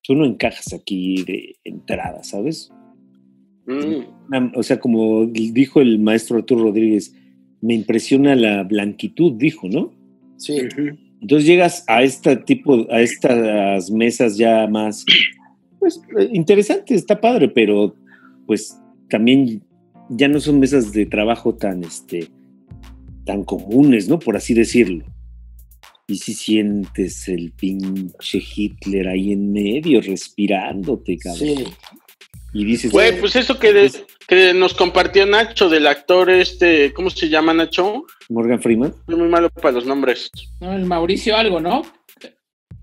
tú no encajas aquí de entrada, ¿sabes?
Mm.
una- Ah, o sea, como dijo el maestro Arturo Rodríguez, me impresiona la blanquitud, dijo, ¿no?
Sí.
Entonces llegas a este tipo, a estas mesas ya más, pues, eh, interesante, está padre, pero pues también ya no son mesas de trabajo tan, este, tan comunes, ¿no? Por así decirlo. Y si sientes el pinche Hitler ahí en medio, respirándote, cabrón.
Sí.
Y dices,
Güey, pues eso que, de- que nos compartió Nacho del actor este, ¿cómo se llama Nacho?
Morgan Freeman.
Soy muy malo para los nombres.
¿No? El Mauricio algo, ¿no?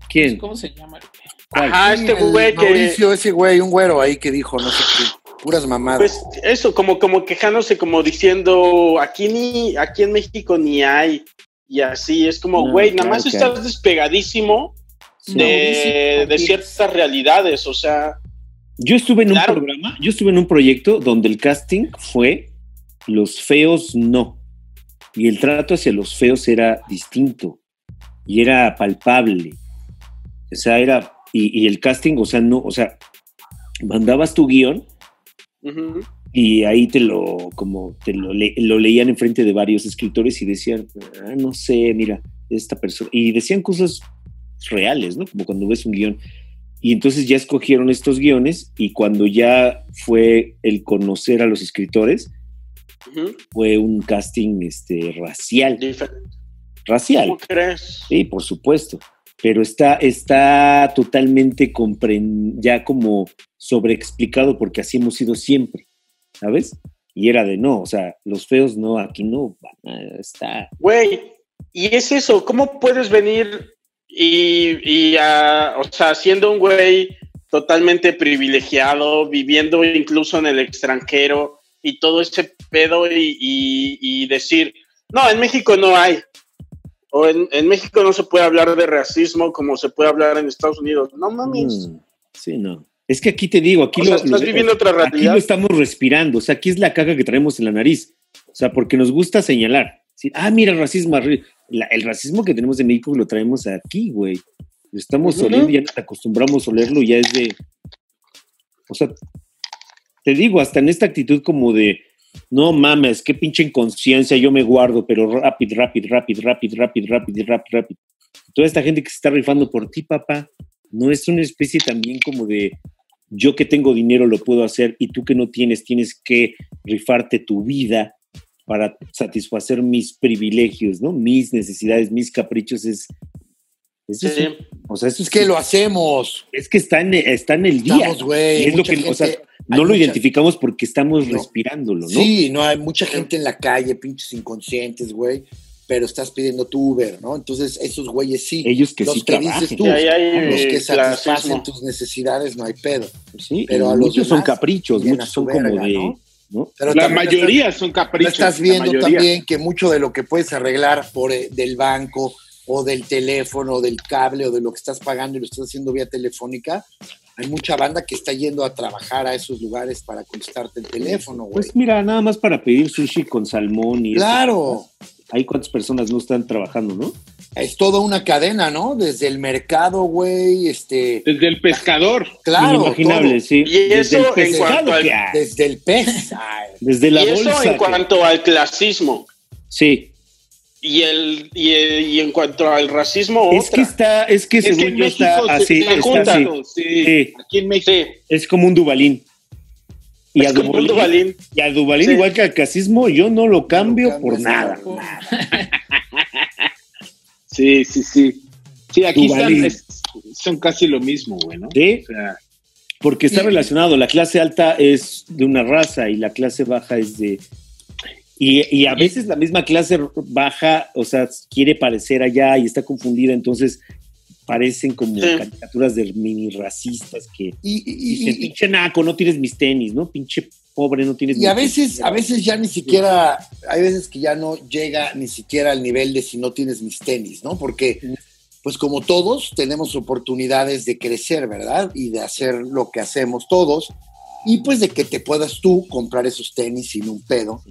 ¿Quién?
¿Cómo se llama?
¿Cuál?
Ajá, este güey
El
que
Mauricio, ese güey, un güero ahí que dijo, no sé qué, puras mamadas.
pues eso como como quejándose como diciendo aquí ni aquí en México ni hay y así es como
No,
güey, nada
claro
más
que
estás despegadísimo
Sí.
de,
Mauricio,
de ciertas realidades, o sea,
Yo estuve en
Claro.
un programa, yo estuve en un proyecto donde el casting fue los feos no. Y el trato hacia los feos era distinto y era palpable. O sea, era y, y el casting, o sea, no, o sea, mandabas tu guión
ujú,
y ahí te lo como te lo, le- lo leían enfrente de varios escritores y decían, "Ah, no sé, mira, esta persona y decían cosas reales, ¿no? Como cuando ves un guión. Y entonces ya escogieron estos guiones y cuando ya fue el conocer a los escritores,
ujú,
fue un casting este, racial.
diferente.
Racial,
¿Cómo crees?
sí, por supuesto. Pero está, está totalmente compren- ya como sobreexplicado porque así hemos sido siempre, ¿sabes? Y era de no, o sea, los feos no, aquí no, van a estar.
Güey, y es eso, ¿cómo puedes venir y, y ah, o sea, siendo un güey totalmente privilegiado, viviendo incluso en el extranjero y todo ese pedo y, y- y decir, No, en México no hay. O en, en México no se puede hablar de racismo como se puede hablar en Estados Unidos. No mames.
Mm, sí, no. Es que aquí te digo, aquí,
O
lo,
sea, estás
lo-
viviendo otra
aquí
realidad.
lo estamos respirando. O sea, aquí es la caga que traemos en la nariz. O sea, porque nos gusta señalar. Sí, ah, mira, el racismo. arri- la- el racismo que tenemos en México lo traemos aquí, güey. Lo estamos
Ujú.
oliendo, ya nos acostumbramos a olerlo, ya es de. O sea, te digo, hasta en esta actitud como de. No mames, qué pinche inconsciencia, yo me guardo, pero rápido, rápido, rápido, rápido, rápido, rápido, rápido, rápido. Toda esta gente que se está rifando por ti, papá, no es una especie también como de yo que tengo dinero lo puedo hacer y tú que no tienes, tienes que rifarte tu vida para satisfacer mis privilegios, ¿no? Mis necesidades, mis caprichos, es... eso es-
Sí.
o sea, eso
Es que lo hacemos.
es que está en, está en el día.
Estamos, güey.
Y es lo
mucha
que, o sea,
gente- hay
no lo
mucha-
identificamos porque estamos
No.
respirándolo, ¿no?
Sí, no, hay mucha gente en la calle, pinches inconscientes, güey. Pero estás pidiendo tu Uber, ¿no? Entonces, esos güeyes sí.
Ellos que
Los
sí
que dices
trabajen.
tú,
Y ahí hay
los que
eh, clasismo.
satisfacen tus necesidades, no hay pedo.
Sí, y
Pero a los
muchos son
demás,
caprichos,
bien a
muchos
su
son como
verga,
de.
¿no?
¿no?
Pero
La
también
mayoría son
Lo
caprichos.
estás
la
viendo
mayoría.
también que mucho de lo que puedes arreglar por eh, del banco o del teléfono o del cable o de lo que estás pagando y lo estás haciendo vía telefónica, hay mucha banda que está yendo a trabajar a esos lugares para contestarte el teléfono, güey.
Pues mira, nada más para pedir sushi con salmón y.
claro,
eso. Hay cuántas personas no están trabajando, ¿no?
es toda una cadena, ¿no? Desde el mercado, güey, este,
Desde el pescador.
claro,
Inimaginable, sí.
Y eso
Desde el
en
pescado
cuanto al-
que
todo,
hay,
desde el pez. Ay,
Desde
Y
la
eso
bolsa.
en
que-
cuanto al clasismo.
Sí.
Y, el, y, el- y en cuanto al racismo,
Es que
otra.
está, es que
Es que
según
en
yo está
México se-
así,
se
está
juntan,
así.
¿no? Sí,
Sí.
Aquí en México.
Sí,
Es como un Dubalín. Y
es
a
como
Dubalín,
un Dubalín.
y a Dubalín,
Sí.
igual que al casismo, yo no lo cambio
no
por
cambias
nada.
por nada.
Sí, sí, sí. Sí, aquí
Duvalín.
están, es- son casi lo mismo, güey, ¿no?
¿Sí?
O sea,
Porque está
Y-
relacionado, la clase alta es de una raza y la clase baja es de... Y, y a veces la misma clase baja, o sea, quiere parecer allá y está confundida, entonces parecen como
Sí.
caricaturas de mini racistas que
*laughs* Y, y- y-
dicen,
y-
pinche naco, no tienes mis tenis, ¿no? Pinche pobre, no tienes
Y
mis
a veces,
tenis".
a veces ya ni siquiera, hay veces que ya no llega ni siquiera al nivel de si no tienes mis tenis, ¿no? Porque, pues como todos, tenemos oportunidades de crecer, ¿verdad? Y de hacer lo que hacemos todos. Y pues de que te puedas tú comprar esos tenis sin un pedo,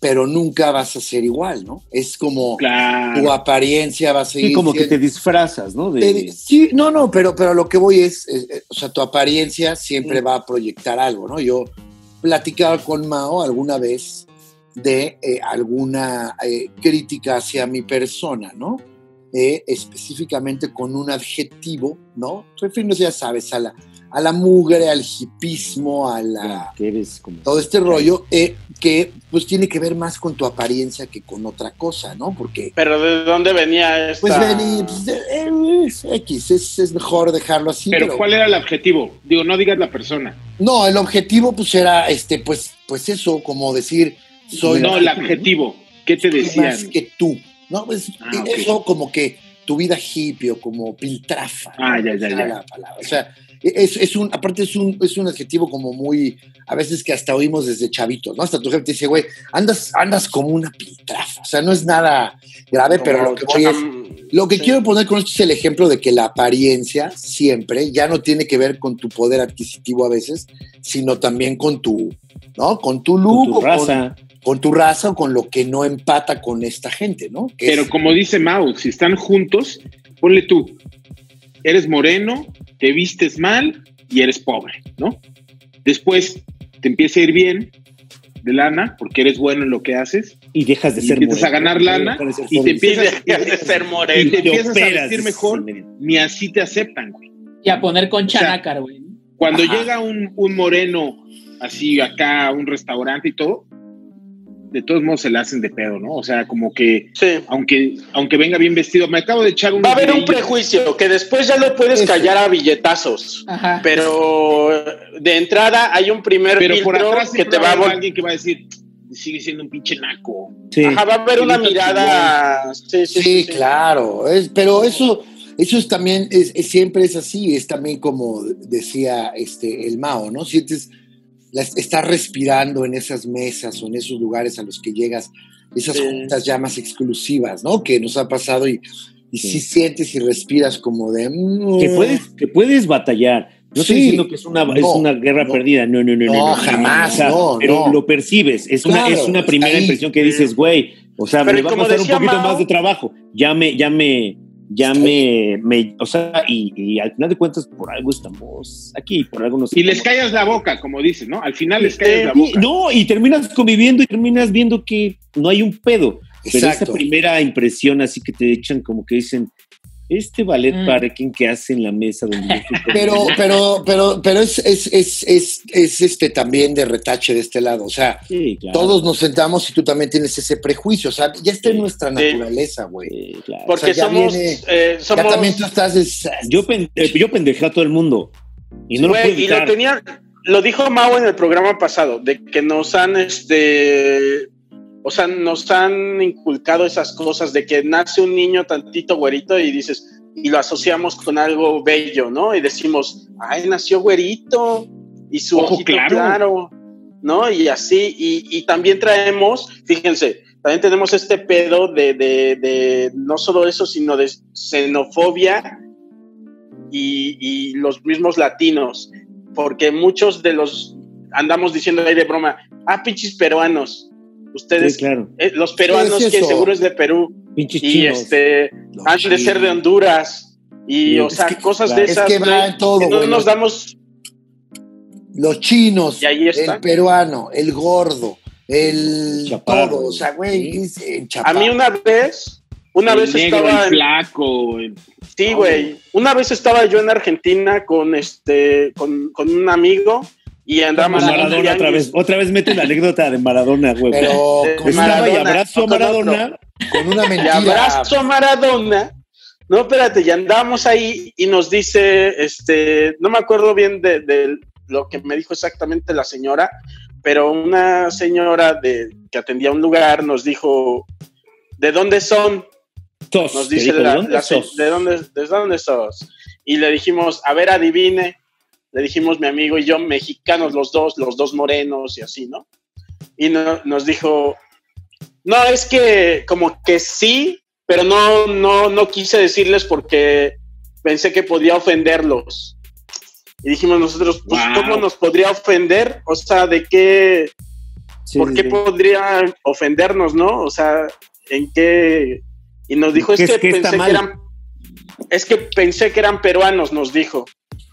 pero nunca vas a ser igual, ¿no? Es como tu
claro.
apariencia va a seguir
Sí, como que
siendo-
te disfrazas, ¿no? De-
te- sí, no, no, pero, pero a lo que voy es, eh, eh, o sea, tu apariencia siempre va a proyectar algo, ¿no? Yo platicaba con Mao alguna vez de eh, alguna eh, crítica hacia mi persona, ¿no? Eh, específicamente con un adjetivo, ¿no? Refiriéndose, ya sabes, a la, a la mugre, al hipismo, a la...
que eres como...
Todo este rollo eh, que pues tiene que ver más con tu apariencia que con otra cosa, ¿no? Porque
Pero ¿de dónde venía esta?
pues Benny, pues, eh, es X, es, es mejor dejarlo así.
Pero
pero-
¿cuál era el objetivo? Digo, no digas la persona.
No, el objetivo pues era, este, pues, pues eso, como decir, soy
no, el objetivo. ¿Qué te decían?
más que tú. No, pues
Ah, ok.
eso como que tu vida hippie o como piltrafa.
Ah,
¿no?
ya, ya,
Esa
ya.
era la palabra. O sea, es, es un, aparte es un, es un adjetivo como muy, a veces que hasta oímos desde chavitos, ¿no? Hasta tu jefe te dice, güey, andas, andas como una piltrafa. O sea, no es nada grave, pues, pero lo que voy es, Lo que
Sí.
quiero poner con esto es el ejemplo de que la apariencia siempre ya no tiene que ver con tu poder adquisitivo a veces, sino también con tu, ¿no? Con tu
con
look,
tu
o con,
raza.
con tu raza o con lo que no empata con esta gente, ¿no? Que
Pero
es-
como dice Mau, si están juntos, ponle tú, eres moreno, te vistes mal y eres pobre, ¿no? Después te empieza a ir bien de lana porque eres bueno en lo que haces
Y dejas de
Y
ser
empiezas a
moreno,
ganar lana
dejas de ser
y te
joven.
Y
empiezas-
dejas de ser
y
moreno.
te empiezas a
operas,
vestir
dices,
mejor,
"Mira".
ni así te aceptan, güey.
Y a poner con
sea,
chanácar, güey.
Cuando
Ajá.
llega un, un moreno así acá a un restaurante y todo, de todos modos se le hacen de pedo, ¿no? O sea, como que
Sí.
aunque aunque venga bien vestido, me acabo de echar un
Va a haber un
videillo.
prejuicio que después ya lo puedes
Eso.
callar a billetazos.
Ajá.
Pero de entrada hay un primer
pero por
filtro
atrás
que te va a
haber
vol-
alguien que va a decir sigue siendo un pinche naco
Sí.
Ajá, va a haber una
Sí,
mirada. Sí, sí,
Sí,
sí, sí.
claro. Es, pero eso, eso es también, es, es- siempre es así, es también como decía este, el Mao, ¿no? Sientes, la- estar respirando en esas mesas o en esos lugares a los que llegas, esas
Sí.
juntas ya más exclusivas, ¿no? Que nos ha pasado y, y
Sí.
sí sientes y respiras como de... mm,
Que puedes, que puedes batallar. No estoy
Sí.
diciendo que es una, es
No,
una guerra
no.
perdida. No, no, no, no.
No, jamás, no,
pero
no.
lo percibes. Es una,
Claro,
es una primera
ahí.
impresión que dices, güey, o sea,
Pero
me va a
como
costar un
decía
poquito
Mao-
más de trabajo. Ya me, ya me, ya me, me- o sea, y, y al final de cuentas, por algo estamos aquí, por algo nos
Y les
estamos-
callas la boca, como dices, ¿no? Al final les
Sí, eh,
callas la
Y-
boca.
No, y terminas conviviendo y terminas viendo que no hay un pedo. Pero esa
Exacto.
primera impresión, así que te echan como que dicen, este ballet
Mm.
parking que hace en la mesa donde yo estoy
Pero, pero, pero, pero es, es, es, es, es este también de retache de este lado. O sea,
Sí, claro.
todos nos sentamos y tú también tienes ese prejuicio. O sea, ya está en nuestra naturaleza, güey.
Sí, claro.
Por-
Porque
O sea, ya
somos,
viene-
eh,
Ya
somos
también tú estás... es-
yo, pen- eh, yo pendejé a todo el mundo. Y no
Güey,
lo puedo
y lo
evitar.
tenía, lo dijo Mau en el programa pasado, de que nos han, este, o sea, nos han inculcado esas cosas de que nace un niño tantito güerito y dices, y lo asociamos con algo bello, ¿no? Y decimos, ay, nació güerito y su
Ojo
ojito
claro.
claro. ¿no? Y así, y, y también traemos, fíjense, también tenemos este pedo de, de, de no solo eso, sino de xenofobia y, y los mismos latinos, porque muchos de los andamos diciendo ahí de broma, ah, pinches peruanos, ustedes,
Sí, claro.
eh, los peruanos
¿Qué es
que
eso?
seguro es de Perú
Pinches
y
chinos.
este
No,
han de
sí.
ser de Honduras y
Sí,
o
es
sea,
que-
cosas
claro.
de
Es
esas
que va
güey,
en todo,
que no
güey.
nos damos
Los chinos,
y ahí está.
el peruano, el gordo, el
Chaparro,
todo. O sea, güey,
sí.
es el
A
chaparro.
mí una vez, una
El
vez
negro,
estaba
el
en-
flaco, el-
Sí, güey. Una vez estaba yo en Argentina con este, con, con un amigo y andamos
Con
en un
Maradona otra
tianguis.
vez. Otra vez mete la anécdota de Maradona, güey.
*laughs*
Pero
Eh,
con,
Estaba
una,
y
Maradona,
abrazo a
con otro.
Maradona.
con una
Y
mentira.
abrazo a Maradona. No, espérate, ya andábamos ahí y nos dice, este, no me acuerdo bien de, de lo que me dijo exactamente la señora, pero una señora de, que atendía un lugar nos dijo, ¿de dónde son?
Tos,
Nos
te
dice
dijo,
la-
¿de dónde
la-
sos?
¿de, dónde, de dónde sos? Y le dijimos, a ver, adivine. Le dijimos mi amigo y yo, mexicanos los dos, los dos morenos y así, ¿no? Y no- nos dijo, no, es que como que sí, pero no, no, no quise decirles porque pensé que podía ofenderlos. Y dijimos nosotros, pues,
Wow.
¿cómo nos podría ofender? O sea, ¿de qué,
Sí,
¿por
sí,
qué
sí.
podría ofendernos, no? O sea, ¿en qué? Y nos dijo, es
¿Qué-
que
qué está
pensé que
mal?
eran, es que pensé que eran peruanos, nos dijo.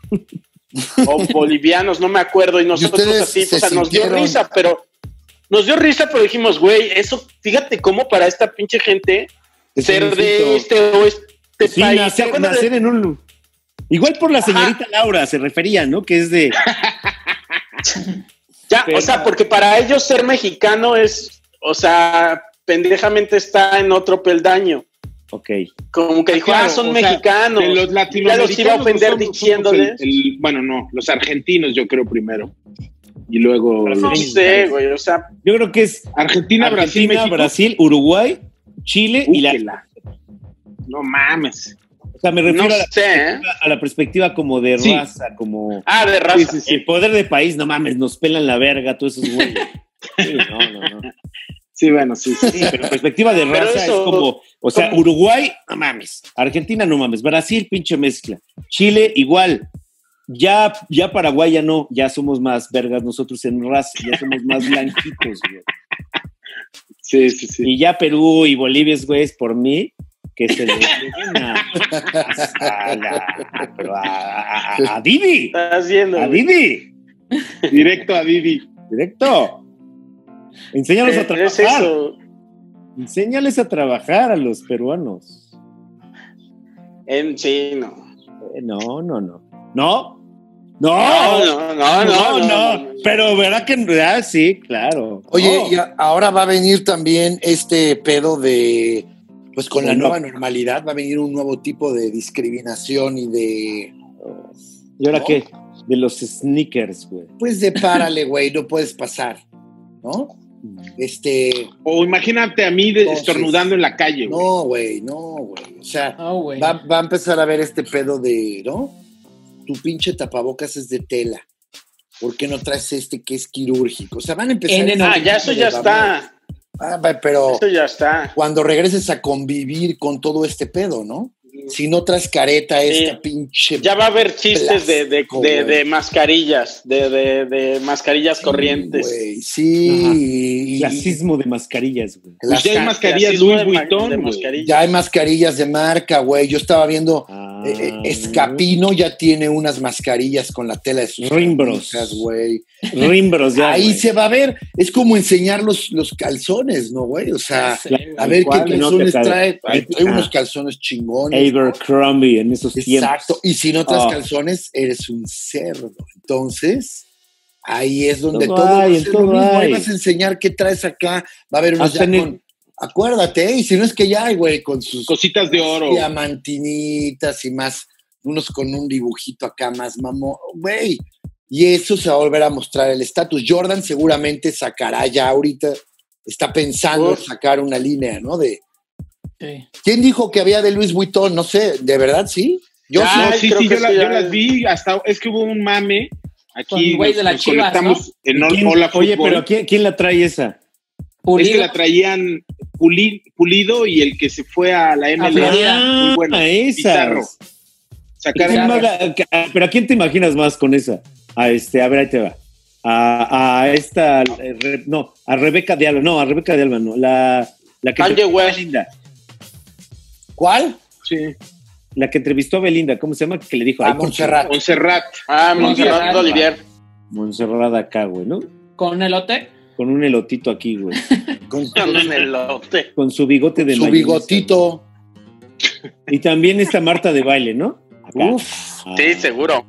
*laughs*
o bolivianos, no me acuerdo. Y nosotros
ustedes
así, pues,
se
o sea, nos dio
sintieron-
risa, pero nos dio risa, pero dijimos, güey, eso, fíjate cómo para esta pinche gente
Es
ser
un
de
insulto.
este o este
Sí,
país. ¿Te
nacer,
acuerdas de-
nacer en un. lu- Igual por la
Ajá.
señorita Laura se refería, ¿no? Que es de.
Ya,
Pero-
o sea, porque para ellos ser mexicano es, o sea, pendejamente está en otro peldaño.
Ok.
Como que dijo,
Claro,
ah, son
o sea,
mexicanos.
de los
ya
latinoamericanos.
los iba a ofender
somos- somos
diciéndoles.
el- el- bueno, no, los argentinos yo creo primero. Y luego...
Pero
no
los-
¿eh?
sé, güey, o sea,
Yo creo que es
Argentina, Brasil,
Argentina,
México.
Brasil, Uruguay, Chile y la.
Úquela. No mames.
O sea, me
no
refiero a, la,
sé, ¿eh?
a la perspectiva como de
Sí.
raza, como.
Ah, de raza.
Sí, sí, sí.
El poder de país, no mames, nos pelan la verga todos esos güeyes. Sí, no, no, no.
Sí, bueno, sí,
*laughs*
sí.
Sí, pero perspectiva de
Pero
raza
eso-
es como, o sea,
¿cómo?
Uruguay, no mames, Argentina, no mames, Brasil, pinche mezcla, Chile, igual, ya, ya Paraguay ya no, ya somos más vergas nosotros en raza, ya somos más blanquitos, güey.
Sí, sí, sí.
Y ya Perú y Bolivia es, güey, es por mí que se le den a, a la- pero a, a- a- a Didi,
Estás viendo.
a
Ah, güey.
Didi,
Directo a Didi.
directo. Enséñalos a
Eh,
trabajar.
Es eso.
Enséñales a trabajar a los peruanos.
En sí, no.
Eh, no, no, no. No, no,
No, no, no, no, no, no.
Pero verá que en realidad sí, claro. Oh.
Oye,
No.
y a- ahora va a venir también este pedo de, pues con la
Bueno.
nueva normalidad va a venir un nuevo tipo de discriminación y de,
¿y ahora
no.
qué? De los sneakers, güey.
pues
*laughs*
de párale, güey, no puedes pasar, ¿no?
Mm.
Este,
O imagínate a mí de-
Entonces,
estornudando en la calle. güey.
no, güey, no, güey, o
Ah,
sea,
Oh, güey.
va, va a empezar a ver este pedo de, ¿no? Tu pinche tapabocas es de tela. ¿por qué no traes este que es quirúrgico? O sea, van a empezar.
En- en-
Ah, ya eso ya está.
Ah, va, pero
Eso ya está.
cuando regreses a convivir con todo este pedo, ¿no? Si no traes careta, esta pinche.
Ya va a haber chistes de, de-
Plástico,
de-
güey.
de mascarillas, de, de- de mascarillas corrientes.
Güey, sí,
Ajá.
y- Eh,
Clasismo de mascarillas, güey.
las
ya hay
ca-
mascarillas
Así
Louis
de ma-
Vuitton,
de
güey.
mascarillas.
ya hay mascarillas de marca, güey. Yo estaba viendo
Ah.
Eh, eh, Escapino ya tiene unas mascarillas con la tela de sus
Rimbros.
camisas, güey.
Rimbros, ya.
Ahí
güey.
se va a ver. Es como enseñar los, los calzones, ¿no, güey? O sea,
Sí,
a ver qué
¿cuál? No,
calzones
que tal-
trae. Hay
Ah.
unos calzones chingones.
Abercrombie en esos tiempos.
Exacto. Y si no traes
Ah.
calzones, eres un cerdo. Entonces, ahí es donde
Todo
todo va a
hay,
ser
todo
lo mismo. Ahí
hay.
vas a enseñar qué traes acá. Va a haber unos
Hasta
ya
en el-
con- Acuérdate, ¿eh? y si no es que ya hay, güey, con sus
Cositas de oro.
diamantinitas y más, unos con un dibujito acá más mamón, güey. Y eso se va a volver a mostrar el estatus. Jordan seguramente sacará ya ahorita, está pensando en
Uf.
sacar una línea, ¿no? De, ¿Quién dijo que había de Luis Vuitton? No sé, ¿de verdad sí? Yo sí.
Ya,
No,
Ay,
Ah, sí,
creo
sí,
que
yo, la-
sí,
yo
ya.
las vi. Hasta es que hubo un mame.
Con
Aquí
el güey
nos-
de las
nos
Chivas,
conectamos en Ol-
¿Quién-
Hola
Oye,
Fútbol.
pero ¿quién, quién la trae esa?
es que
Pulido.
la traían Puli- Pulido y el que se fue a la MLS.
Florida.
Ah,
Muy bueno. Pizarro.
esas. ¿Y
Sacaron
quién
Pizarro.
más la- que- ah, pero ¿a quién te imaginas más con esa? A este, a ver, ahí te va. A, a esta, eh, Re- no, a Rebeca de Alba, no, a Rebeca de Alba, no, la, la que
Kanye
entrevistó a
West.
Belinda,
¿Cuál?
sí.
la que entrevistó a Belinda, ¿cómo se llama? Que le dijo,
A
ay,
Montserrat.
Montserrat.
Ah,
Montserrat.
Montserrat Olivier.
Montserrat acá, güey, ¿no?
Con un elote.
Con un elotito aquí, güey.
Con
Con un elote.
Con su bigote de
su
mayonesa,
bigotito.
güey. Y también esta Marta de baile, ¿no? Acá.
Uf.
Ah.
Sí, seguro.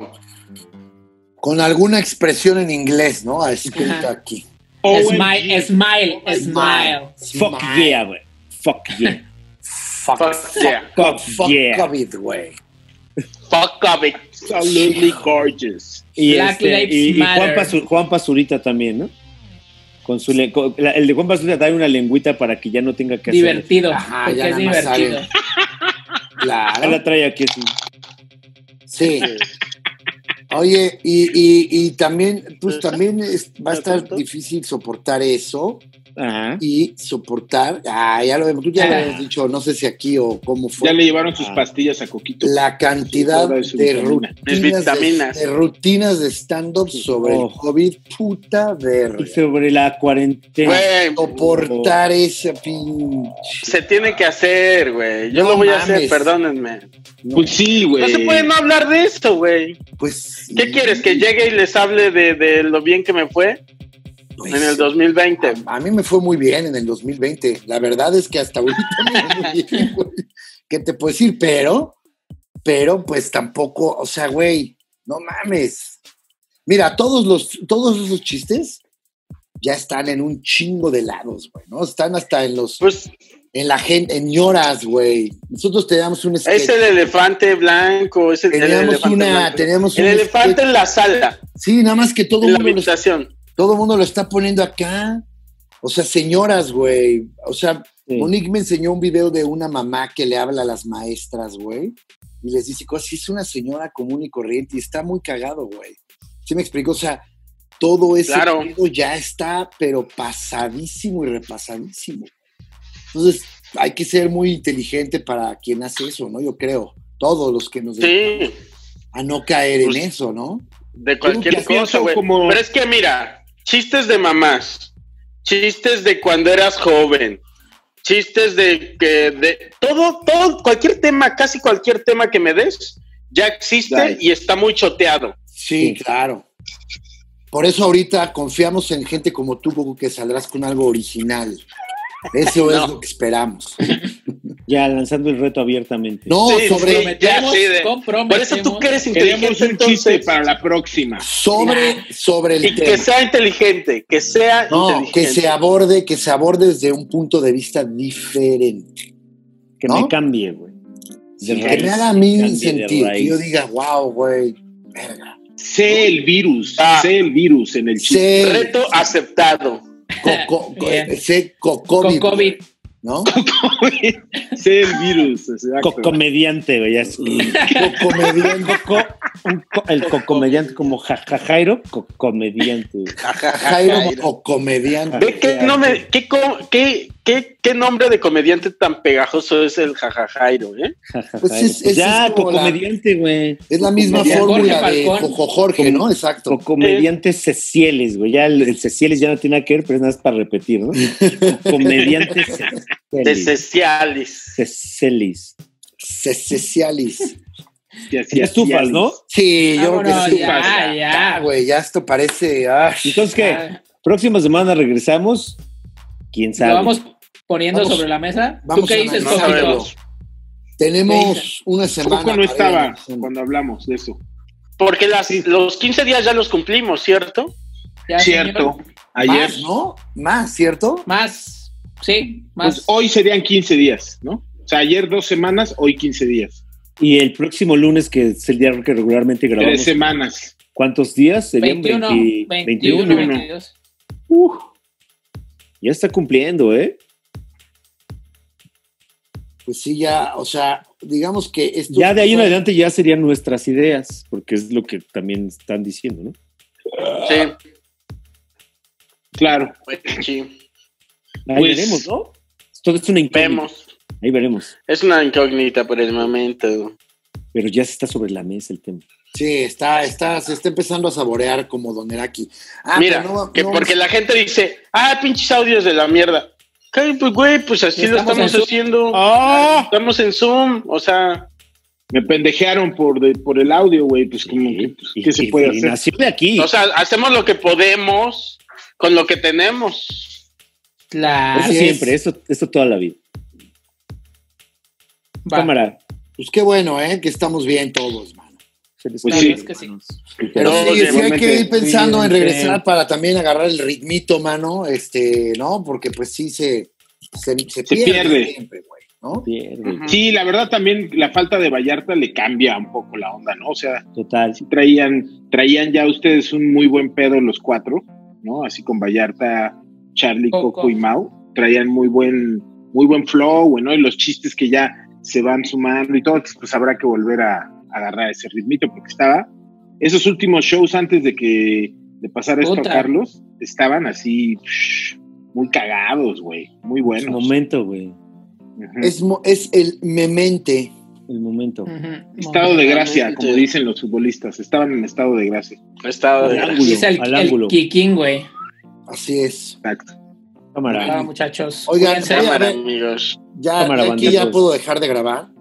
Con alguna expresión en inglés, ¿no? Escrita aquí.
Smile, smile, smile.
Fuck yeah, güey. Fuck yeah.
Fuck,
Fuck yeah.
Fuck,
*laughs* fuck
yeah.
COVID, güey.
Fuck COVID.
Absolutely gorgeous.
Y,
Black
este,
Lives
y- y Juan,
Matter.
Pasu- Juan Pazurita también, ¿no? Con su le- con- la- el de Juan Pazurita da una lengüita para que ya no tenga que hacer.
Divertido.
Ajá,
porque
ya
es
nada más
divertido.
saben. Claro.
Ah, la trae aquí así.
Sí. Oye, y, y- y también, pues también es- va a estar difícil soportar eso
Ajá.
y soportar, ah, ya lo hemos, tú ya lo habías dicho, no sé si aquí o cómo fue,
Ya le llevaron sus
Ah.
pastillas a Coquito.
la cantidad
Toda su
de
vitamina.
rutinas
Mis
de,
vitaminas.
de rutinas de stand-up sobre
Oh.
el COVID, puta verga.
Y sobre la cuarentena.
Güey,
Soportar ese pinche.
se tiene que hacer, güey. Yo
No
lo voy
mames.
a hacer, perdónenme.
no,
Pues sí, güey.
No se puede no hablar de esto, güey.
pues sí,
¿Qué quieres? ¿Que llegue y les hable de, de lo bien que me fue
pues
en el
sí.
2020?
A mí me fue muy bien en el 2020. La verdad es que hasta ahorita me fue muy
*laughs*
bien, güey. ¿Qué te puedo decir? Pero, pero pues tampoco, o sea, güey, no mames. Mira, todos los, todos esos chistes ya están en un chingo de lados, güey, ¿no? Están hasta en los,
Pues
en la gente, en ñoras, güey. Nosotros teníamos un sketch.
es el elefante blanco, es el, el
teníamos
elefante
una,
blanco.
teníamos
El
un
elefante
sketch.
en la sala,
Sí, nada más que todo
en la
mundo lo está-
habitación.
todo mundo lo está poniendo acá. O sea, señoras, güey. O sea,
Sí.
Monique me enseñó un video de una mamá que le habla a las maestras, güey, y les dice cosas. Sí, es una señora común y corriente y está muy cagado, güey. ¿Sí me explico? O sea, todo ese
Claro.
pedo ya está, pero pasadísimo y repasadísimo. Entonces, hay que ser muy inteligente para quien hace eso, ¿no? Yo creo. Todos los que nos
Sí,
a no caer
Pues-
en eso, ¿no?
de
Yo
cualquier cosa,
pienso
güey.
como-
Pero es que mira, chistes de mamás, chistes de cuando eras joven, chistes de que de todo, todo, cualquier tema, casi cualquier tema que me des, ya existe
Dale.
y está muy choteado.
Sí, claro. Por eso ahorita confiamos en gente como tú, Goku, que saldrás con algo original. Eso
*laughs*
es lo que esperamos.
Ya lanzando el reto abiertamente.
No,
Sí,
sobre,
sí. Ya,
Comprometemos,
sí, de-
comprometemos.
Por eso tú que eres
Queremos
inteligente
un chiste
entonces,
para la próxima.
sobre, sobre el
y que
tema.
sea inteligente, que sea
No,
inteligente.
que se aborde, que se aborde desde un punto de vista diferente.
Que
¿no?
me cambie, güey. De
que
raíz,
me haga a mí
cambie de
sentido. Que
raíz.
yo diga, wow, güey, verga.
Sé el virus.
Ah.
Sé el virus en el chiste.
Sé
Reto aceptado.
co- co- co-
Bien.
sé co-
Con
COVID.
COVID.
¿no?
Sé el virus. exacto.
Cocomediante, güey. ya es-
Comediante.
*laughs*
Coco- un co- el cocomediante como jajajairo, cocomediante.
Pues
güey.
*laughs* Jairo o comediante.
¿Ve qué, nome- qué co- qué- qué- qué nombre de comediante tan pegajoso es el jajajairo, eh?
Jajajairo.
Pues es-
Pues ya,
es como la-
cocomediante, güey.
Es la misma
Jorge
fórmula de
Falcón.
Jojo Jorge, ¿no? Exacto.
Cocomediante Cecieles, güey. Ya el, el Cecieles ya no tiene nada que ver, pero es nada más para repetir, ¿no? Cocomediante
De
Cecieles.
Cecialis.
Cecielis.
Cececialis.
Ya,
Ya
ya,
estufas,
ya.
¿no?
Sí, yo creo
Vámonos,
que sí.
ya,
Ah,
ya.
güey, ya esto parece. ah,
Entonces, ¿qué?
Ah,
Próxima semana regresamos. ¿Quién
¿Lo
sabe?
vamos poniendo
Vamos-
sobre la mesa? ¿Tú
vamos
qué
a
dices,
No
analizarlo.
Coquito?
sabemos.
tenemos una semana.
Coco no
para
estaba
ir.
cuando hablamos de eso.
Porque las, los 15 días ya los cumplimos, ¿cierto?
Ya,
Cierto.
señor.
Ayer.
Más, ¿no? Más, ¿cierto?
Más, sí,
Pues
más.
hoy serían 15 días, ¿no? O sea, ayer dos semanas, hoy 15 días.
Y el próximo lunes, que es el día que regularmente
Tres
grabamos,
semanas.
¿cuántos días? Serían
21,
20
21,
21.
22.
Ya está cumpliendo, ¿eh?
Pues sí, ya, o sea, digamos que esto.
Ya de ahí en adelante ya serían nuestras ideas, porque es lo que también están diciendo, ¿no?
Sí,
Claro.
pues, sí.
Ahí
Pues-
veremos, ¿no? Todo es una incógnita.
Vemos.
Ahí veremos.
Es una incógnita por el momento.
Pero ya se está sobre la mesa el tema.
Sí, está, está, se está empezando a saborear como Don Eraki. Ah,
Mira,
pero no-
que
no-
porque la gente dice, ah, pinches audios de la mierda. Ay, pues, güey, pues así lo
Estamos
estamos
en Zoom. Ah.
haciendo. Estamos en Zoom, o sea,
Me pendejearon por, de- por el audio, güey. Pues, como que, pues,
Y-
¿qué se
y-
puede
y
hacer?
Nació de aquí.
o sea, hacemos lo que podemos con lo que tenemos.
La
eso
así
siempre,
es.
eso, eso toda la vida.
va.
Cámara.
Pues qué bueno, ¿eh? Que estamos bien todos, mano.
se les
Pues
cuida,
sí.
Es que sí.
hermanos.
Pero
Todos
sí, sí hay
igualmente.
que ir pensando en
Cuídense.
regresar para también agarrar el ritmito, mano, este, ¿no? Porque pues sí se, se, se pierde,
pierde.
siempre, güey, ¿no?
Pierde,
Ujú.
Sí, la verdad también la falta de Vallarta le cambia un poco la onda, ¿no? O sea,
Total.
traían, traían ya ustedes un muy buen pedo los cuatro, ¿no? Así con Vallarta, Charlie, Coco,
Coco.
y Mau, traían muy buen, muy buen flow, güey, ¿no? Y los chistes que ya se van sumando y todo, entonces, pues habrá que volver a, agarrar ese ritmito, porque estaba, esos últimos shows antes de que de pasar esto
Puta.
a Carlos, estaban así psh, muy cagados, güey, muy
Es el
buenos.
momento, güey.
Ujú.
Es, mo- es el memente.
El momento.
Mm. Ujú.
Estado de gracia, como
Momento.
dicen los futbolistas, estaban en estado de gracia.
Estado
Al
de
ángulo.
Es el,
al
el
ángulo.
Kikín, güey.
Así es.
Exacto.
Cámara.
Ah, muchachos.
Oigan,
cuídense.
oigan,
cámara,
ver.
amigos.
Ya,
Cámara,
ya aquí ya
bandazos.
puedo dejar de grabar.